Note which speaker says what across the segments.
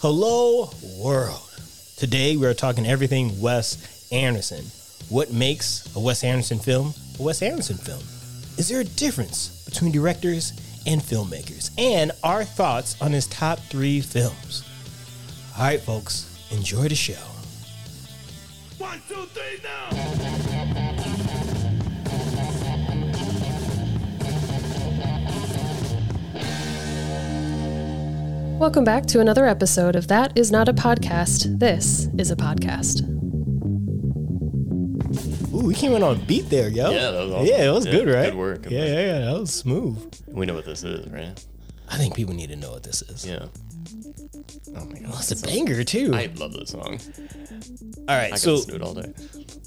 Speaker 1: Hello, world. Today we are talking everything Wes Anderson. What makes a Wes Anderson film a Wes Anderson film? Is there a difference between directors and filmmakers? And our thoughts on his top three films. All right, folks, enjoy the show.
Speaker 2: One, two, three, now!
Speaker 3: Welcome back to another episode of That Is Not a Podcast. This is a podcast.
Speaker 1: Ooh, we came in on beat there, yo.
Speaker 4: Yeah, that was awesome.
Speaker 1: Yeah, it was
Speaker 4: Yeah,
Speaker 1: good, right?
Speaker 4: good work.
Speaker 1: Yeah, yeah, yeah, that was smooth.
Speaker 4: We know what this is, right?
Speaker 1: I think people need to know what this is.
Speaker 4: Yeah.
Speaker 1: Oh my god, it's a banger too.
Speaker 4: I love this song.
Speaker 1: All
Speaker 4: I
Speaker 1: right,
Speaker 4: could
Speaker 1: so
Speaker 4: listen to it all day.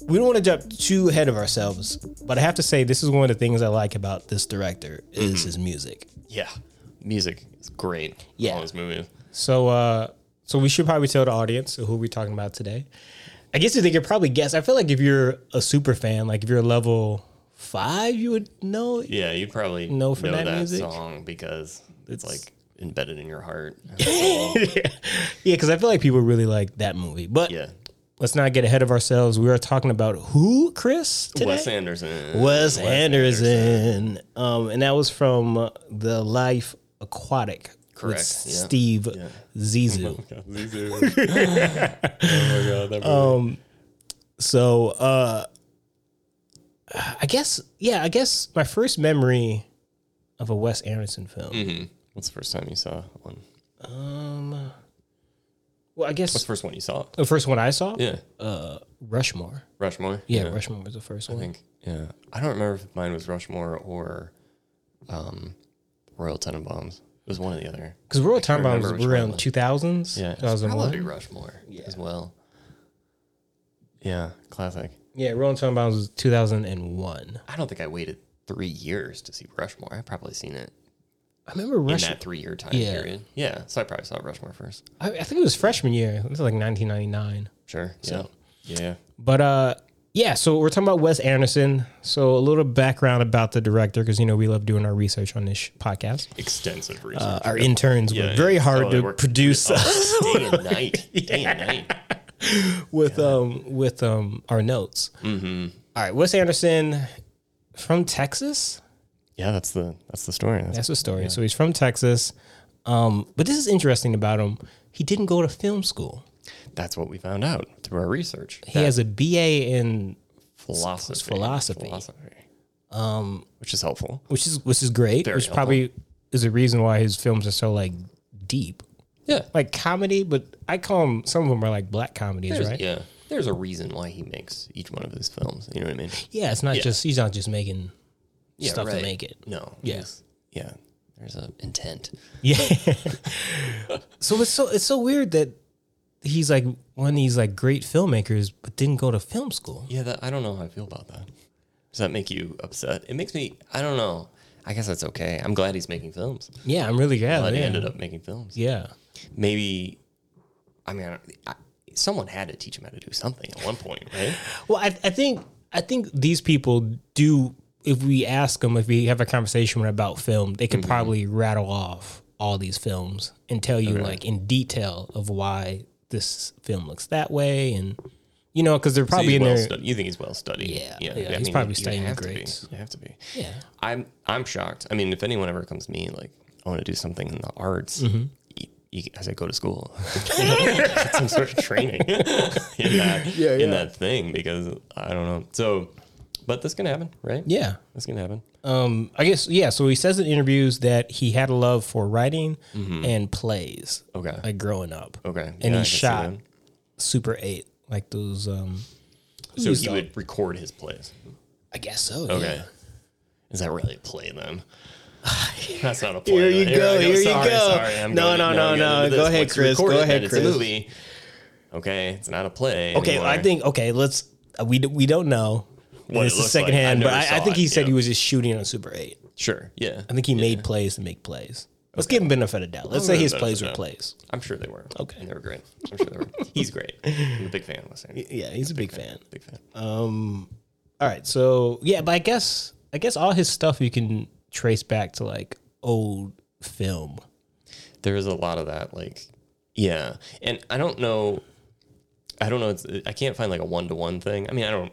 Speaker 1: we don't want to jump too ahead of ourselves, but I have to say this is one of the things I like about this director is his music.
Speaker 4: Yeah. Music is great.
Speaker 1: Yeah.
Speaker 4: All these movies.
Speaker 1: So, uh, so we should probably tell the audience who we're talking about today. I guess they could probably guess. I feel like if you're a super fan, like if you're level five, you would know.
Speaker 4: Yeah, you probably
Speaker 1: Know for
Speaker 4: know
Speaker 1: that
Speaker 4: that,
Speaker 1: music?
Speaker 4: song because
Speaker 1: It's-
Speaker 4: it's, like embedded in your heart.
Speaker 1: Yeah, because I feel like people really like that movie. But
Speaker 4: yeah.
Speaker 1: let's not get ahead of ourselves. We are talking about who, Chris? Today?
Speaker 4: Wes Anderson.
Speaker 1: Wes Anderson. Um, and that was from uh, The Life Aquatic. With
Speaker 4: Correct, yeah.
Speaker 1: Steve Zissou.
Speaker 4: Anderson. oh my god, that movie.
Speaker 1: So, uh, I guess, yeah, I guess my first memory of a Wes Anderson film.
Speaker 4: Mm-hmm. What's the first time you saw one?
Speaker 1: Well, I guess
Speaker 4: What's the first one you saw?
Speaker 1: the first one I saw, uh,
Speaker 4: Yeah.
Speaker 1: Rushmore.
Speaker 4: Rushmore?
Speaker 1: Yeah, Rushmore was the first
Speaker 4: I
Speaker 1: one.
Speaker 4: think. Yeah. I don't remember if mine was Rushmore or um, Royal Tenenbaums. It was one or the other.
Speaker 1: Because Royal Time Bombs
Speaker 4: remember
Speaker 1: was
Speaker 4: which one it
Speaker 1: around
Speaker 4: was.
Speaker 1: 2000s,
Speaker 4: Yeah, it's probably
Speaker 1: 2001.
Speaker 4: Rushmore as well. Yeah, classic.
Speaker 1: Yeah, Royal Time Bombs was 2001.
Speaker 4: I don't think I waited three years to see Rushmore. I probably seen it
Speaker 1: I remember
Speaker 4: in
Speaker 1: Rushmore.
Speaker 4: that three-year time
Speaker 1: Yeah.
Speaker 4: period. Yeah, so I probably saw Rushmore first.
Speaker 1: I, I think it was freshman year. It was like 1999.
Speaker 4: Sure. Yeah. Yeah.
Speaker 1: But uh yeah, so we're talking about Wes Anderson. So a little background about the director because you know we love doing our research on this sh- podcast.
Speaker 4: Extensive research.
Speaker 1: Uh, our interns
Speaker 4: Yeah,
Speaker 1: were
Speaker 4: yeah.
Speaker 1: very hard
Speaker 4: Oh, they
Speaker 1: to
Speaker 4: worked
Speaker 1: produce us
Speaker 4: day and night. Day and night.
Speaker 1: with um with um our notes. Mm-hmm. right, Wes Anderson from Texas.
Speaker 4: Yeah, that's the that's the story. That's,
Speaker 1: That's the story. So he's from Texas. Um, but this is interesting about him. He didn't go to film school.
Speaker 4: that's what we found out through our research.
Speaker 1: He has a BA in
Speaker 4: philosophy.
Speaker 1: philosophy.
Speaker 4: Um, which is helpful.
Speaker 1: which is which is great,
Speaker 4: Very
Speaker 1: which
Speaker 4: helpful.
Speaker 1: probably is the reason why his films are so like deep,
Speaker 4: Yeah.
Speaker 1: like comedy. But I call them some of them are like black comedies,
Speaker 4: There's,
Speaker 1: right? Yeah.
Speaker 4: Yeah. There's a reason why he makes each one of his films. You know what I mean?
Speaker 1: it's not just he's not just making stuff to
Speaker 4: right.
Speaker 1: make it.
Speaker 4: No.
Speaker 1: Yeah.
Speaker 4: Yes. Yeah. There's a intent.
Speaker 1: Yeah. so it's so it's so weird that he's like one of these like great filmmakers, but didn't go to film school.
Speaker 4: Yeah. That, I don't know how I feel about that. Does that make you upset? It makes me. I don't know. I guess that's okay. I'm glad he's making films.
Speaker 1: Yeah, I'm really glad.
Speaker 4: Glad
Speaker 1: yeah.
Speaker 4: he ended up making films.
Speaker 1: Yeah.
Speaker 4: Maybe. I mean, I, don't- I, someone had to teach him how to do something at one point, right?
Speaker 1: Well, I, I think I think these people do. If we ask them, if we have a conversation with about film, they could
Speaker 4: Mm-hmm.
Speaker 1: probably rattle off all these films and tell you like in detail of why this film looks that way, and you know, because they're probably
Speaker 4: he's
Speaker 1: in
Speaker 4: well
Speaker 1: there.
Speaker 4: stu- you think he's well studied?
Speaker 1: Yeah, yeah, he's probably studying the grades.
Speaker 4: To be. You have to be.
Speaker 1: Yeah.
Speaker 4: I'm I'm shocked. I mean, if anyone ever comes to me like, I want to do something in the arts,
Speaker 1: Mm-hmm.
Speaker 4: y- you, I said go to school, Get some sort of training in that in that thing because I don't know. So, but this can happen, right?
Speaker 1: Yeah.
Speaker 4: this can happen.
Speaker 1: Um, I guess yeah. So he says in interviews that he had a love for writing and plays.
Speaker 4: Mm-hmm. Okay.
Speaker 1: Like growing up.
Speaker 4: Okay,
Speaker 1: And
Speaker 4: yeah, I
Speaker 1: he
Speaker 4: can see
Speaker 1: shot
Speaker 4: that.
Speaker 1: Super Eight, like those. Um,
Speaker 4: So
Speaker 1: Who's
Speaker 4: he
Speaker 1: that?
Speaker 4: would record his plays.
Speaker 1: I guess so.
Speaker 4: Okay,
Speaker 1: yeah.
Speaker 4: is that really a play then? That's not a play.
Speaker 1: Here you
Speaker 4: then.
Speaker 1: go,
Speaker 4: I
Speaker 1: here you
Speaker 4: sorry,
Speaker 1: go.
Speaker 4: Sorry, I'm
Speaker 1: No,
Speaker 4: going-
Speaker 1: no,
Speaker 4: I'm
Speaker 1: no,
Speaker 4: going
Speaker 1: no.
Speaker 4: into this.
Speaker 1: Go ahead,
Speaker 4: Once you
Speaker 1: Chris.
Speaker 4: record
Speaker 1: Go
Speaker 4: it,
Speaker 1: ahead,
Speaker 4: then
Speaker 1: Chris.
Speaker 4: It's a movie. Okay, it's not a play.
Speaker 1: Okay,
Speaker 4: anymore.
Speaker 1: I think okay. Let's uh, we d- we don't know.
Speaker 4: What
Speaker 1: this
Speaker 4: it
Speaker 1: is
Speaker 4: looks like.
Speaker 1: secondhand,
Speaker 4: I
Speaker 1: but
Speaker 4: never
Speaker 1: I, I
Speaker 4: saw
Speaker 1: think
Speaker 4: it,
Speaker 1: he said
Speaker 4: yeah.
Speaker 1: he was just shooting on Super Eight.
Speaker 4: sure. Yeah,
Speaker 1: I think he made plays to make plays. Let's give him benefit of doubt. Let's say
Speaker 4: I'll give
Speaker 1: his
Speaker 4: him
Speaker 1: plays
Speaker 4: benefit
Speaker 1: were
Speaker 4: of doubt.
Speaker 1: plays.
Speaker 4: I'm sure they were.
Speaker 1: Okay.
Speaker 4: And they were great. I'm sure they were. He's great. I'm a big fan of Wes Anderson.
Speaker 1: Yeah, he's a big fan.
Speaker 4: Big fan.
Speaker 1: All right, so yeah, but I guess I guess all his stuff you can trace back to like old film.
Speaker 4: There is a lot of that, like Yeah, and I don't know. I don't know. It's, I can't find like a one to one thing. I mean, I don't.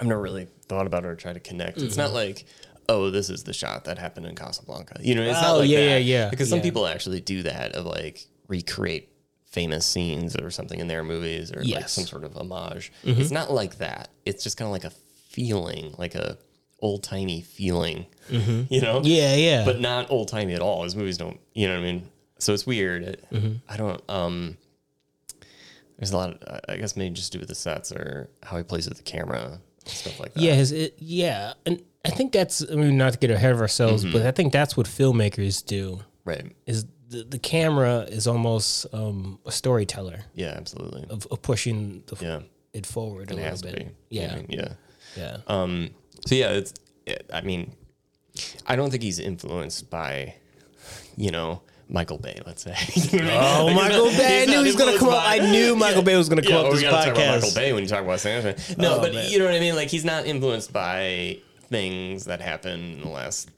Speaker 4: I've never really thought about it or tried to connect. It's
Speaker 1: Mm-hmm.
Speaker 4: not like, oh, this is the shot that happened in Casablanca. You know, it's not
Speaker 1: Oh,
Speaker 4: like
Speaker 1: yeah,
Speaker 4: that.
Speaker 1: yeah, yeah,
Speaker 4: Because some
Speaker 1: yeah.
Speaker 4: people actually do that of like recreate famous scenes or something in their movies or like
Speaker 1: Yes. Mm-hmm.
Speaker 4: some sort of homage. It's not like that. It's just kind of like a feeling, like a old timey feeling.
Speaker 1: Mm-hmm.
Speaker 4: You know?
Speaker 1: Yeah, yeah.
Speaker 4: but not old timey at all. His movies don't, you know what I mean? So it's weird. It,
Speaker 1: Mm-hmm.
Speaker 4: I don't. um There's a lot. Of, I I guess maybe just do with the sets or how he plays with the camera, stuff like that.
Speaker 1: yeah, his, it, yeah, and I think that's. I mean, not to get ahead of ourselves,
Speaker 4: Mm-hmm.
Speaker 1: but I think that's what filmmakers do.
Speaker 4: Right.
Speaker 1: Is the, the camera is almost um, a storyteller
Speaker 4: Yeah. Absolutely.
Speaker 1: of, of pushing the,
Speaker 4: Yeah.
Speaker 1: it forward a
Speaker 4: It has
Speaker 1: little
Speaker 4: to
Speaker 1: bit.
Speaker 4: be.
Speaker 1: Yeah,
Speaker 4: I mean, yeah.
Speaker 1: yeah.
Speaker 4: Um. So yeah, it's. It, I mean, I don't think he's influenced by, you know, Michael Bay. Let's say.
Speaker 1: Oh, Michael Bay! I knew he was gonna come up. I knew Michael Bay was gonna come
Speaker 4: Yeah,
Speaker 1: up
Speaker 4: we
Speaker 1: this
Speaker 4: gotta talk about Michael
Speaker 1: podcast.
Speaker 4: Bay when you talk about Sandman. No,
Speaker 1: Oh,
Speaker 4: but
Speaker 1: man.
Speaker 4: you know what I mean. Like he's not influenced by things that happened in the last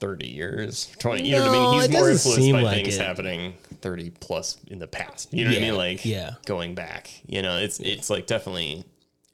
Speaker 4: thirty years, twenty. You know what I
Speaker 1: No,
Speaker 4: mean? He's
Speaker 1: it
Speaker 4: more
Speaker 1: doesn't
Speaker 4: influenced
Speaker 1: seem
Speaker 4: by
Speaker 1: like
Speaker 4: things
Speaker 1: it.
Speaker 4: happening thirty plus in the past. You know what
Speaker 1: Yeah,
Speaker 4: I mean? Like
Speaker 1: yeah.
Speaker 4: going back. You know, it's it's like definitely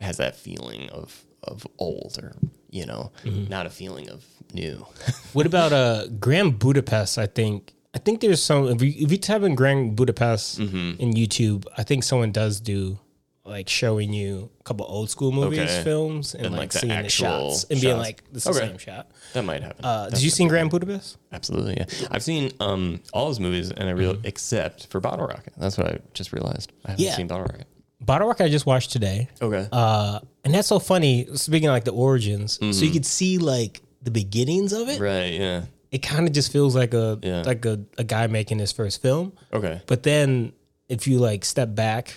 Speaker 4: has that feeling of of old or you know,
Speaker 1: Mm-hmm.
Speaker 4: not a feeling of new.
Speaker 1: What about uh Grand Budapest? I think I think there's some if you if you type in Grand Budapest
Speaker 4: Mm-hmm.
Speaker 1: in YouTube, I think someone does do like showing you a couple old school movies,
Speaker 4: Okay.
Speaker 1: films, and,
Speaker 4: And,
Speaker 1: like,
Speaker 4: like, the
Speaker 1: seeing the
Speaker 4: actual
Speaker 1: shots and being
Speaker 4: shots.
Speaker 1: like, "This is the
Speaker 4: Okay.
Speaker 1: same shot."
Speaker 4: that might happen.
Speaker 1: Uh, did you see Grand Budapest?
Speaker 4: Absolutely, yeah. I've seen um, all his movies, and I real except for Bottle Rocket. That's what I just realized. I haven't
Speaker 1: Mm-hmm. Yeah.
Speaker 4: seen Bottle Rocket.
Speaker 1: Bottle Rocket I just watched today,
Speaker 4: Okay.
Speaker 1: uh, and that's so funny. Speaking of like the origins, so you
Speaker 4: Mm-hmm.
Speaker 1: could see like the beginnings of it.
Speaker 4: right. Yeah.
Speaker 1: It kind of just feels like a
Speaker 4: Yeah.
Speaker 1: like a, a guy making his first film.
Speaker 4: Okay.
Speaker 1: But then if you like step back,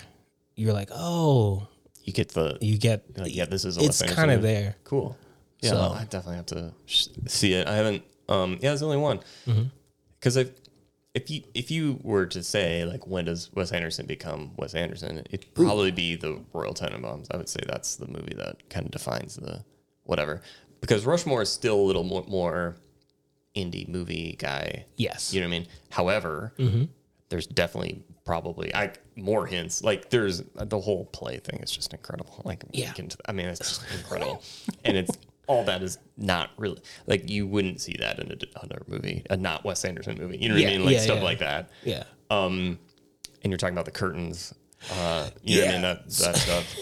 Speaker 1: you're like, oh,
Speaker 4: You get the.
Speaker 1: you get
Speaker 4: you're like, yeah, this is. a
Speaker 1: it's
Speaker 4: Wes
Speaker 1: kind of
Speaker 4: Anderson.
Speaker 1: there.
Speaker 4: Cool. Yeah,
Speaker 1: So-
Speaker 4: I definitely have to sh- see it. I haven't. Um. Yeah, it's the only one.
Speaker 1: Mm-hmm.
Speaker 4: Because if if you if you were to say like when does Wes Anderson become Wes Anderson, it'd probably be the Royal Tenenbaums. I would say that's the movie that kind of defines the whatever. Because Rushmore is still a little more, more indie movie guy.
Speaker 1: Yes.
Speaker 4: You know what I mean? However,
Speaker 1: Mm-hmm.
Speaker 4: there's definitely probably I more hints. Like there's the whole play thing is just incredible. Like we
Speaker 1: Yeah.
Speaker 4: can- I mean it's just incredible, and it's all that is not really like you wouldn't see that in a- another movie, a not Wes Anderson movie. You know what
Speaker 1: Yeah,
Speaker 4: I mean? Like
Speaker 1: yeah,
Speaker 4: stuff
Speaker 1: yeah.
Speaker 4: like that.
Speaker 1: Yeah.
Speaker 4: And you're talking about the curtains. Uh, you
Speaker 1: Yeah.
Speaker 4: know what I mean? That that stuff.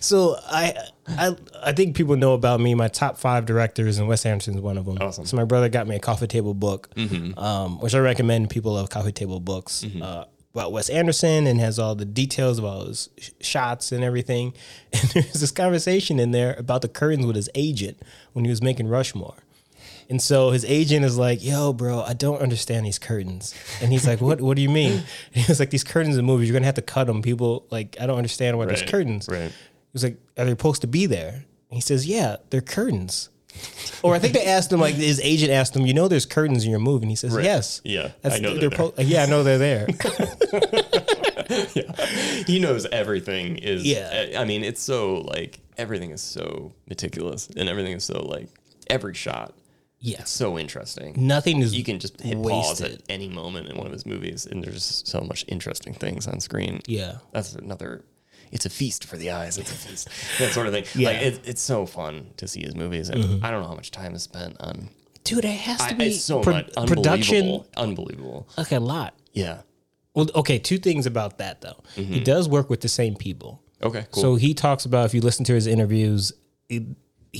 Speaker 1: So I I I think people know about me. My top five directors, and Wes Anderson's one of them.
Speaker 4: Awesome.
Speaker 1: So my brother got me a coffee table book, um, which I recommend people love coffee table books uh, about Wes Anderson and has all the details about his sh- shots and everything. And there's this conversation in there about the curtains with his agent when he was making Rushmore. And so his agent is like, "Yo, bro, I don't understand these curtains." And he's like, "What? What do you mean?" And he was like, "These curtains in movies, you're gonna have to cut them. People like, I don't understand why there's
Speaker 4: Right,
Speaker 1: curtains."
Speaker 4: right.
Speaker 1: He was like, "Are they supposed to be there?" And he says, "Yeah, they're curtains." or I think they asked him, like his agent asked him, "You know, there's curtains in your movie," and he says, "Yes,
Speaker 4: Yeah,
Speaker 1: That's-
Speaker 4: I know they're
Speaker 1: po- yeah, I know they're there."
Speaker 4: he knows everything is eh,
Speaker 1: Yeah.
Speaker 4: I- i mean it's so like everything is so meticulous and everything is so like every shot
Speaker 1: yes,
Speaker 4: so interesting
Speaker 1: nothing is
Speaker 4: you can just hit pause
Speaker 1: wasted.
Speaker 4: at any moment in one of his movies and there's just so much interesting things on screen
Speaker 1: Yeah.
Speaker 4: that's another it's a feast for the eyes it's a feast that sort of thing like it, it's so fun to see his movies and i don't know how much time is spent on
Speaker 1: dude, it has Mm-hmm. to
Speaker 4: I,
Speaker 1: be
Speaker 4: it's so
Speaker 1: pro-
Speaker 4: much unbelievable,
Speaker 1: production.
Speaker 4: unbelievable
Speaker 1: Like a lot.
Speaker 4: yeah
Speaker 1: Well, okay, two things about that though. He
Speaker 4: Mm-hmm.
Speaker 1: does work with the same people.
Speaker 4: okay cool
Speaker 1: So he talks about if you listen to his interviews, it,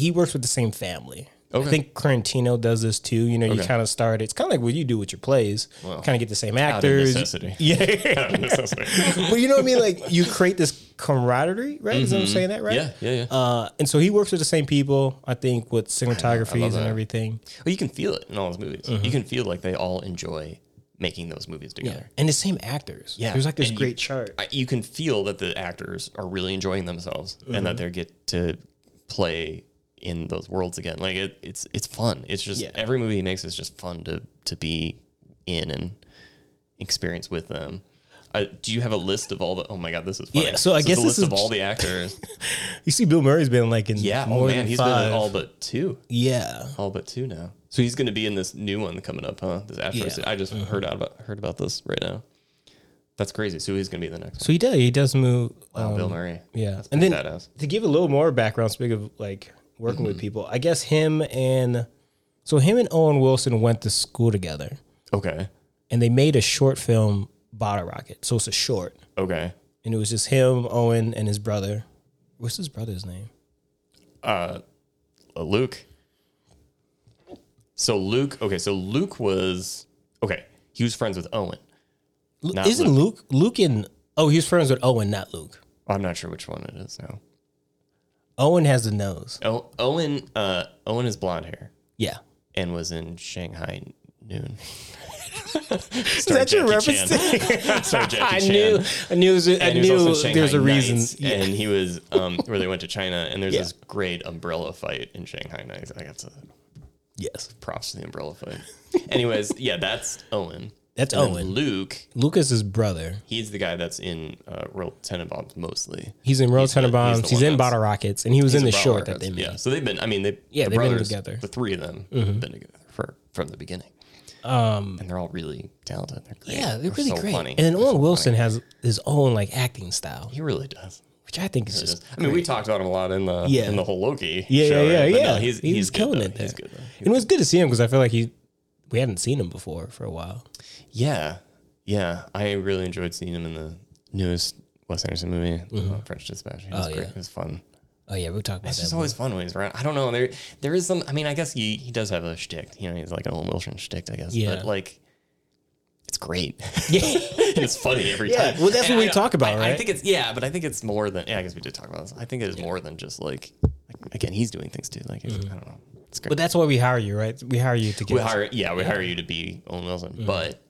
Speaker 1: he works with the same family. I
Speaker 4: Okay.
Speaker 1: think Quarantino does this too. You know, you
Speaker 4: Okay.
Speaker 1: kind of start. It's kind of like what you do with your plays. kind of get the same
Speaker 4: out of
Speaker 1: actors.
Speaker 4: necessity
Speaker 1: Yeah,
Speaker 4: Out of necessity.
Speaker 1: but you know what I mean. Like you create this camaraderie, right? Is that I'm saying that right?
Speaker 4: Mm-hmm. yeah yeah yeah
Speaker 1: Uh, and so he works with the same people. I think with cinematographies and
Speaker 4: that.
Speaker 1: everything.
Speaker 4: Well, you can feel it in all his movies.
Speaker 1: Mm-hmm.
Speaker 4: You can feel like they all enjoy making those movies together.
Speaker 1: and the same actors.
Speaker 4: Yeah.
Speaker 1: there's like this
Speaker 4: And you-
Speaker 1: great chart.
Speaker 4: I, you can feel that the actors are really enjoying themselves and
Speaker 1: Mm-hmm.
Speaker 4: that they get to play in those worlds again. Like it, it's it's fun. It's just
Speaker 1: Yeah.
Speaker 4: every movie he makes is just fun to to be in and experience with them. Uh, do you have a list of all the? Oh my god, this is funny.
Speaker 1: Yeah, so I
Speaker 4: This
Speaker 1: guess
Speaker 4: is a
Speaker 1: this
Speaker 4: list
Speaker 1: is-
Speaker 4: of all the actors.
Speaker 1: You see, Bill Murray's been like in
Speaker 4: yeah,
Speaker 1: more
Speaker 4: oh man,
Speaker 1: than
Speaker 4: he's
Speaker 1: five.
Speaker 4: been in all but two.
Speaker 1: yeah,
Speaker 4: all but two now. So he's going to be in this new one coming up, huh? This after
Speaker 1: Yeah. Mm-hmm.
Speaker 4: I just heard out about heard about this right now. That's crazy. Sui's gonna be the next.
Speaker 1: So he does. He does move.
Speaker 4: one.
Speaker 1: um,
Speaker 4: Bill Murray.
Speaker 1: Yeah,
Speaker 4: That's
Speaker 1: and
Speaker 4: pretty
Speaker 1: then
Speaker 4: badass.
Speaker 1: to give a little more background, speaking of like working with
Speaker 4: Mm-hmm.
Speaker 1: people, I guess him and so him and Owen Wilson went to school together,
Speaker 4: Okay.
Speaker 1: and they made a short film, Bottle Rocket. So it's a short,
Speaker 4: Okay.
Speaker 1: and it was just him, Owen, and his brother. What's his brother's name?
Speaker 4: Uh, Luke. So Luke. Okay. So Luke was okay. He was friends with Owen.
Speaker 1: Lu-
Speaker 4: Not
Speaker 1: Isn't Luke. Luke and oh, he's friends with Owen, not Luke.
Speaker 4: I'm not sure which one it is now.
Speaker 1: Owen has the nose.
Speaker 4: O- Owen. Uh, Owen is blonde hair
Speaker 1: Yeah.
Speaker 4: and was in Shanghai Noon.
Speaker 1: Is
Speaker 4: Starred Jackie Chan. Starred Jackie
Speaker 1: I
Speaker 4: Chan.
Speaker 1: knew, I knew, I
Speaker 4: And he was
Speaker 1: knew
Speaker 4: also in
Speaker 1: there was a
Speaker 4: Shanghai
Speaker 1: reason.
Speaker 4: Nights,
Speaker 1: Yeah.
Speaker 4: And he was um, where they went to China, and there's
Speaker 1: Yeah.
Speaker 4: this great umbrella fight in Shanghai Nights. I got to
Speaker 1: Yes,
Speaker 4: props to the umbrella fight. Anyways, yeah, that's Owen.
Speaker 1: that's
Speaker 4: And then
Speaker 1: Owen.
Speaker 4: Luke,
Speaker 1: Luke is his brother.
Speaker 4: he's the guy that's in uh, Royal Tenenbaums mostly.
Speaker 1: He's in Royal
Speaker 4: He's the- he's the
Speaker 1: Tenenbaums. He's,
Speaker 4: one
Speaker 1: in
Speaker 4: that's-
Speaker 1: Bottle Rockets, and he was in the
Speaker 4: He's a
Speaker 1: short
Speaker 4: Brother
Speaker 1: that they made.
Speaker 4: Brothers. Yeah, so they've been. I mean, they
Speaker 1: Yeah,
Speaker 4: the
Speaker 1: they've been
Speaker 4: brothers,
Speaker 1: together. Mm-hmm.
Speaker 4: The three of them have been together for from the beginning. Um, and they're all really talented. They're great.
Speaker 1: Yeah, they're really
Speaker 4: so
Speaker 1: great.
Speaker 4: Funny.
Speaker 1: And then Owen Wilson has his own like acting style,
Speaker 4: he really does.
Speaker 1: which I think is just.
Speaker 4: I mean, we talked about him a lot in the
Speaker 1: Yeah.
Speaker 4: in the whole Loki.
Speaker 1: Yeah,
Speaker 4: show,
Speaker 1: yeah, yeah,
Speaker 4: right? But
Speaker 1: yeah.
Speaker 4: no, he's
Speaker 1: He
Speaker 4: he's,
Speaker 1: was
Speaker 4: good,
Speaker 1: killing
Speaker 4: though.
Speaker 1: it there.
Speaker 4: He's good. though.
Speaker 1: And it was good to see him because I feel like he, we hadn't seen him before for a while.
Speaker 4: Yeah, yeah. I really enjoyed seeing him in the newest Wes Anderson movie, uh, French Dispatch. He was
Speaker 1: Mm-hmm. Oh,
Speaker 4: great.
Speaker 1: yeah.
Speaker 4: It was fun.
Speaker 1: Oh yeah, we'll talk about
Speaker 4: It's just
Speaker 1: that.
Speaker 4: always fun when he's around. I don't know. There, there is some. I mean, I guess he, he does have a shtick. You know, he's like an old Wilson shtick. I guess.
Speaker 1: Yeah.
Speaker 4: But like, it's great.
Speaker 1: Yeah.
Speaker 4: it's funny every
Speaker 1: Yeah,
Speaker 4: time.
Speaker 1: well, that's
Speaker 4: And
Speaker 1: what we
Speaker 4: I-
Speaker 1: talk about,
Speaker 4: I, I
Speaker 1: right?
Speaker 4: think it's yeah, but I think it's more than. Yeah, I guess we did talk about this. I think it is more than just like. like, Again, he's doing things too. Like
Speaker 1: Mm-hmm.
Speaker 4: it's- I don't know. It's great.
Speaker 1: But that's why we hire you, right? We hire you to get.
Speaker 4: we hire yeah we hire you to be Owen Wilson, but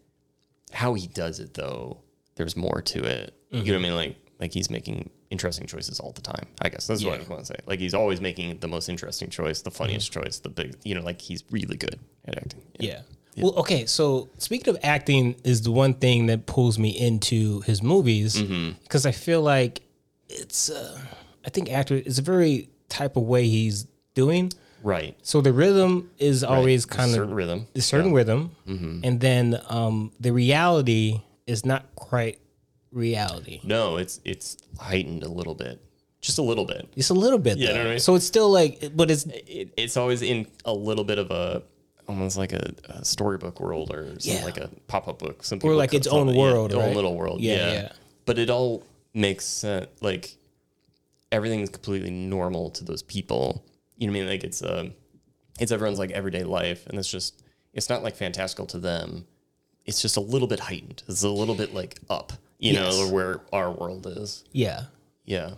Speaker 4: how he does it though, there's more to it. You know what I mean? Like like he's making interesting choices all the time. I guess that's what I want to say. Like he's always making the most interesting choice, the funniest choice, the big. You know, like he's really good at acting.
Speaker 1: Yeah. Well, okay. So speaking of acting, is the one thing that pulls me into his movies
Speaker 4: Mm-hmm.
Speaker 1: because I feel like it's. Uh, I think actor is a very type of way he's doing.
Speaker 4: Right.
Speaker 1: So the rhythm is always kind of
Speaker 4: certain rhythm.
Speaker 1: a certain rhythm, and then um, the reality is not quite reality.
Speaker 4: No, it's it's heightened a little bit, just a little bit.
Speaker 1: It's a little bit, yeah.
Speaker 4: know Eh, what I mean?
Speaker 1: So it's still like, but it's
Speaker 4: it, it's always in a little bit of a almost like a, a storybook world or some,
Speaker 1: Yeah.
Speaker 4: like a pop-up book some people
Speaker 1: like
Speaker 4: call
Speaker 1: its
Speaker 4: it
Speaker 1: own
Speaker 4: something,
Speaker 1: world,
Speaker 4: yeah,
Speaker 1: right?
Speaker 4: own little world
Speaker 1: Yeah,
Speaker 4: yeah,
Speaker 1: yeah.
Speaker 4: but it all makes sense like everything's completely normal to those people you know what i mean like it's um it's everyone's like everyday life and it's just it's not like fantastical to them it's just a little bit heightened it's a little bit like up you
Speaker 1: Yes.
Speaker 4: know where our world is
Speaker 1: yeah.
Speaker 4: yeah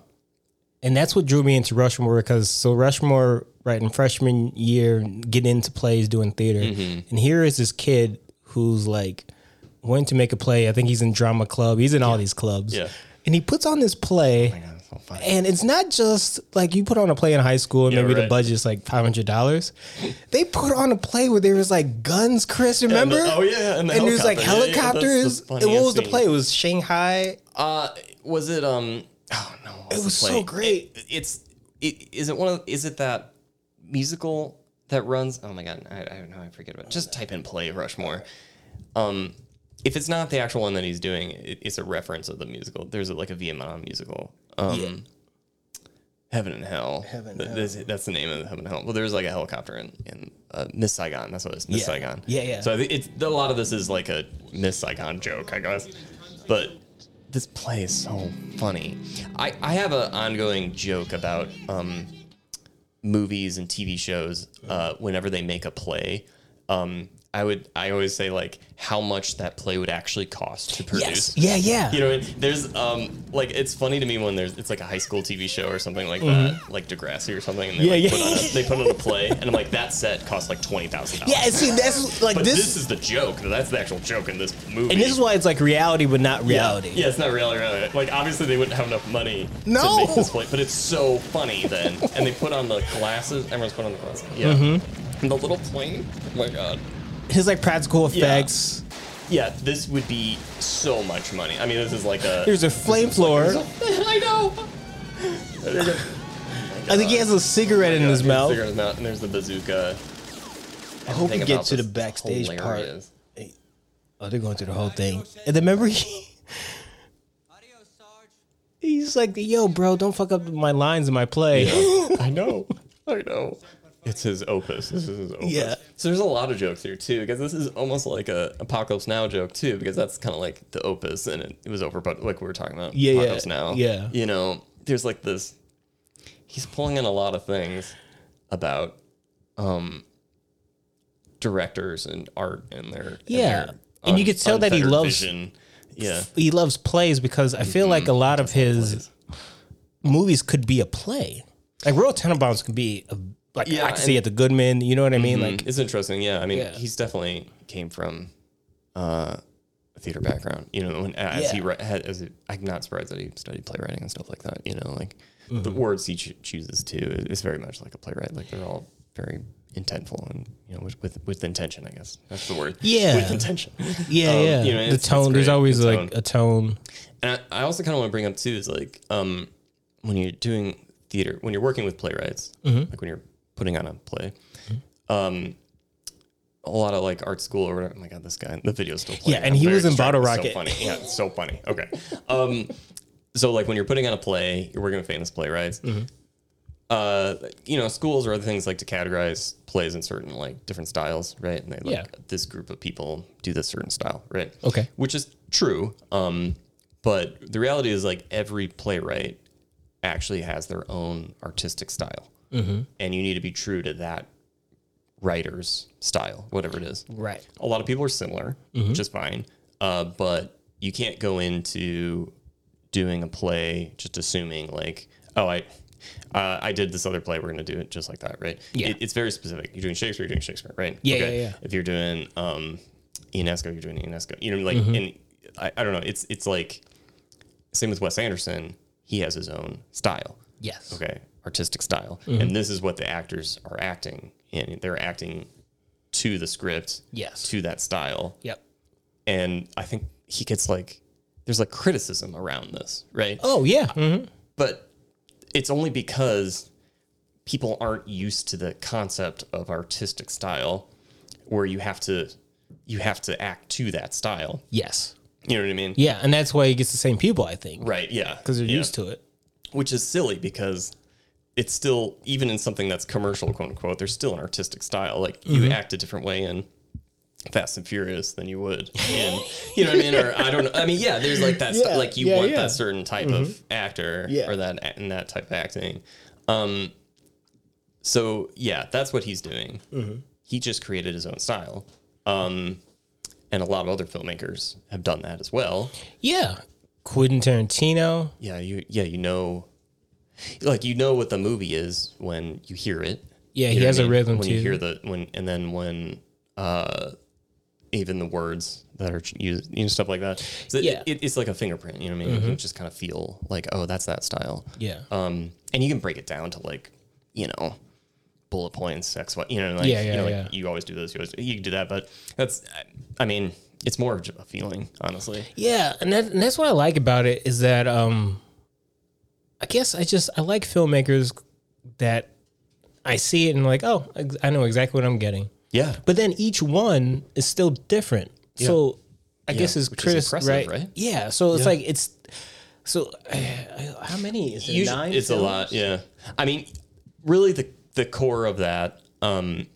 Speaker 1: And that's what drew me into Rushmore because so Rushmore, right in freshman year, get into plays doing theater, and here is this kid who's like wanting to make a play. I think he's in drama club. He's in all these clubs.
Speaker 4: Yeah.
Speaker 1: And he puts on this play.
Speaker 4: yeah it's all fun.
Speaker 1: And it's not just like you put on a play in high school and
Speaker 4: Yeah,
Speaker 1: maybe the
Speaker 4: right.
Speaker 1: budget's like five hundred dollars. They put on a play where there was like guns, Chris. Remember?
Speaker 4: oh, yeah, and the
Speaker 1: and there was like
Speaker 4: helicopter. Yeah, yeah, that's the
Speaker 1: helicopters. and what
Speaker 4: funniest
Speaker 1: was the
Speaker 4: scene.
Speaker 1: play? It was Shanghai.
Speaker 4: Uh, was it um? Oh no, what
Speaker 1: was so
Speaker 4: the play?
Speaker 1: great.
Speaker 4: It- it's it is it one of is it that musical that runs? Oh my god, I, I don't know, I forget about. It. Just type in play Rushmore. Um, if it's not the actual one that he's doing, it, it's a reference of the musical. There's like a Vietnam musical. Um, Heaven and Hell. Heaven. That's, that's the name of the Heaven and Hell. Well, there's like a helicopter in, in uh, Miss Saigon. That's what it's Miss
Speaker 1: Yeah.
Speaker 4: Saigon.
Speaker 1: Yeah, yeah.
Speaker 4: So I think it's a lot of this is like a Miss Saigon joke, I guess. But this play is so funny. I I have an ongoing joke about um movies and TV shows, uh, whenever they make a play, um, I would I always say like how much that play would actually cost to produce.
Speaker 1: Yeah, yeah.
Speaker 4: You know, and there's um like it's funny to me when there's it's like a high school TV show or something like that, like Degrassi or something, and they,
Speaker 1: Mm-hmm. Yeah,
Speaker 4: like,
Speaker 1: yeah.
Speaker 4: Put on a, they put on a play, and I'm like that set cost like twenty thousand dollars.
Speaker 1: yeah, and see that's like
Speaker 4: but
Speaker 1: this,
Speaker 4: this, is the joke. That's the actual joke in this movie.
Speaker 1: and this is why it's like reality but not
Speaker 4: Yeah.
Speaker 1: reality.
Speaker 4: Yeah, it's not really, really. Like, obviously, they wouldn't have enough money
Speaker 1: No.
Speaker 4: to make this play, but it's so funny then. and they put on the glasses. Everyone's put on the glasses. Yeah.
Speaker 1: Mm-hmm.
Speaker 4: And the little plane. Oh my god.
Speaker 1: His like practical
Speaker 4: Yeah.
Speaker 1: effects.
Speaker 4: Yeah, this would be so much money. I mean, this is like a.
Speaker 1: Here's a flame floor.
Speaker 4: I know.
Speaker 1: I think he has a cigarette in his mouth.
Speaker 4: Cigarette in his mouth, and there's the bazooka.
Speaker 1: I hope
Speaker 4: Everything
Speaker 1: we get
Speaker 4: about
Speaker 1: to the
Speaker 4: this is
Speaker 1: backstage part.
Speaker 4: hilarious.
Speaker 1: Oh, they're going through the whole thing. And then remember, he, He's like, yo, bro, don't fuck up my lines in my play.
Speaker 4: I know. I know. It's his opus. This is his opus.
Speaker 1: Yeah.
Speaker 4: So there's a lot of jokes here too, because this is almost like a Apocalypse Now joke too, because that's kind of like the opus, and it, it was over, but like we were talking about
Speaker 1: Yeah, yeah,
Speaker 4: Apocalypse Now.
Speaker 1: yeah.
Speaker 4: You know, there's like this. He's pulling in a lot of things about um directors and art and their and
Speaker 1: Yeah.
Speaker 4: their
Speaker 1: And you could tell that he
Speaker 4: unfettered
Speaker 1: loves-
Speaker 4: vision. Yeah. Mm-hmm.
Speaker 1: He loves plays because I feel like a lot of his movies could be a play. Like Royal Tenenbaums could be a, like
Speaker 4: Yeah,
Speaker 1: I could see
Speaker 4: and- Mm-hmm.
Speaker 1: at the Goodman. You know what I mean? Like
Speaker 4: it's interesting. Yeah, I mean,
Speaker 1: Mm-hmm. Yeah.
Speaker 4: he's definitely came from uh, a theater background. You know, when, as he
Speaker 1: Yeah.
Speaker 4: re- had, as it, I'm not surprised that he studied playwriting and stuff like that. You know, like the
Speaker 1: Mm-hmm.
Speaker 4: words he cho- chooses to is, is very much like a playwright. Like they're all very intentful and you know with with, with intention. I guess that's the word.
Speaker 1: Yeah.
Speaker 4: with intention.
Speaker 1: yeah,
Speaker 4: Um,
Speaker 1: yeah.
Speaker 4: you know,
Speaker 1: the
Speaker 4: it's- it's
Speaker 1: tone. There's
Speaker 4: great,
Speaker 1: always
Speaker 4: the
Speaker 1: like
Speaker 4: tone.
Speaker 1: a tone.
Speaker 4: And I, I also kind of want to bring up too is like um, when you're doing theater, when you're working with playwrights,
Speaker 1: Mm-hmm.
Speaker 4: like when you're putting on a play, um, a lot of like art school or whatever. Oh my god, this guy, the video's still playing.
Speaker 1: Yeah, and he
Speaker 4: very
Speaker 1: was in Bottle
Speaker 4: distracted.
Speaker 1: Rocket.
Speaker 4: So funny. Yeah, it's so funny. Okay. Um, so like when you're putting on a play, you're working with famous playwrights.
Speaker 1: Mm-hmm.
Speaker 4: Uh, you know, schools or other things like to categorize plays in certain like different styles, right? And they like
Speaker 1: Yeah.
Speaker 4: this group of people do this certain style, right?
Speaker 1: Okay.
Speaker 4: which is true. Um, but the reality is like every playwright actually has their own artistic style,
Speaker 1: Mm-hmm.
Speaker 4: and you need to be true to that writer's style, whatever it is.
Speaker 1: Right. Mm-hmm.
Speaker 4: A lot of people are similar, which is fine, uh, but you can't go into doing a play just assuming like, oh, I. Uh, I did this other play. We're going to do it just like that, right?
Speaker 1: Yeah.
Speaker 4: It, it's very specific. You're doing Shakespeare. You're doing Shakespeare, right?
Speaker 1: Yeah, yeah, yeah.
Speaker 4: If you're doing um, UNESCO, you're doing UNESCO. You know, like,
Speaker 1: Mm-hmm.
Speaker 4: and I, I don't know. It's it's like same with Wes Anderson. He has his own style.
Speaker 1: Yes.
Speaker 4: Okay, artistic style,
Speaker 1: Mm-hmm.
Speaker 4: and this is what the actors are acting in. They're acting to the script.
Speaker 1: Yes.
Speaker 4: To that style,
Speaker 1: Yep.
Speaker 4: and I think he gets like there's like criticism around this, right?
Speaker 1: Oh yeah.
Speaker 4: Mm-hmm. but it's only because people aren't used to the concept of artistic style where you have to you have to act to that style
Speaker 1: Yes.
Speaker 4: you know what i mean
Speaker 1: Yeah, and that's why he gets the same people, I think,
Speaker 4: right yeah
Speaker 1: because they're used to it.
Speaker 4: which is silly because it's still even in something that's commercial quote unquote there's still an artistic style like
Speaker 1: Mm-hmm.
Speaker 4: you act a different way in fast and furious than you would in you know what i mean or i don't know i mean yeah there's like that
Speaker 1: Yeah,
Speaker 4: stuff like you
Speaker 1: yeah,
Speaker 4: want
Speaker 1: yeah. Mm-hmm.
Speaker 4: that certain type of actor
Speaker 1: Yeah.
Speaker 4: or that a- and that type of acting um so yeah that's what he's doing
Speaker 1: Mm-hmm.
Speaker 4: he just created his own style um and a lot of other filmmakers have done that as well
Speaker 1: Yeah. Quentin Tarantino.
Speaker 4: yeah, you yeah, you know like you know what the movie is when you hear it.
Speaker 1: Yeah,
Speaker 4: You
Speaker 1: he
Speaker 4: know
Speaker 1: has
Speaker 4: what
Speaker 1: a
Speaker 4: I mean?
Speaker 1: rhythm
Speaker 4: when
Speaker 1: too.
Speaker 4: you hear the when and then when uh even the words that are used you know stuff like that. So
Speaker 1: Yeah. Mm-hmm.
Speaker 4: yeah. it, it's like a fingerprint, you know what I mean? You just kind of feel like, oh, that's that style.
Speaker 1: Yeah.
Speaker 4: Um and you can break it down to like, you know, bullet points, X, Y, you know, like,
Speaker 1: Yeah, yeah,
Speaker 4: you, know, like
Speaker 1: yeah.
Speaker 4: you always do this, you always you can do that, but that's I- I mean, it's more of ju- a feeling, honestly.
Speaker 1: Yeah, and, that, and that's what I like about it is that um I guess I just I like filmmakers that I see it and like, oh, ex- I know exactly what I'm getting.
Speaker 4: Yeah.
Speaker 1: But then each one is still different. So I guess it's
Speaker 4: which is
Speaker 1: critic,
Speaker 4: impressive,
Speaker 1: right?
Speaker 4: right?
Speaker 1: Yeah. So it's like it's so uh, how many is it?
Speaker 4: Usu-
Speaker 1: nine.
Speaker 4: it's a
Speaker 1: films?
Speaker 4: lot yeah i mean really the the core of that um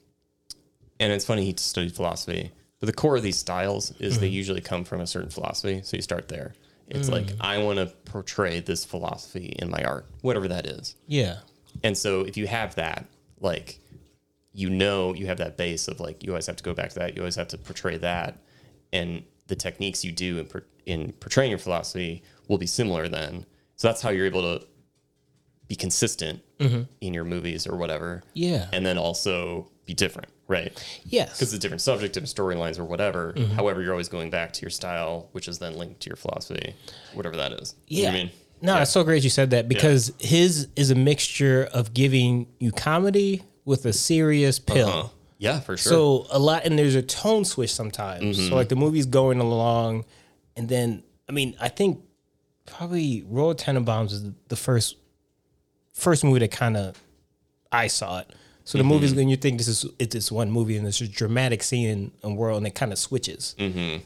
Speaker 4: and it's funny he studied philosophy but the core of these styles is they usually come from a certain philosophy so you start there it's like i want to portray this philosophy in my art whatever that is
Speaker 1: Yeah.
Speaker 4: and so if you have that, like you know you have that base of like you always have to go back to that, you always have to portray that and the techniques you do in per- in portraying your philosophy will be similar then. So that's how you're able to be consistent in your movies or whatever.
Speaker 1: Mm-hmm. Yeah.
Speaker 4: And then also be different, right?
Speaker 1: Yes.
Speaker 4: Because it's a different subject, different storylines or whatever.
Speaker 1: Mm-hmm.
Speaker 4: However, you're always going back to your style, which is then linked to your philosophy, whatever that is. You know
Speaker 1: Yeah.
Speaker 4: what I mean?
Speaker 1: No, it's so great you said that because his is a mixture of giving you comedy with a serious pill.
Speaker 4: Uh, yeah, for sure.
Speaker 1: So a lot, and there's a tone switch sometimes. So like the movie's going along, and then I mean, I think probably Royal Tenenbaums is the first first movie that kind of I saw it. So the movie's when you think this is it's this one movie and there's a dramatic scene in a world and it kind of switches, mm-hmm.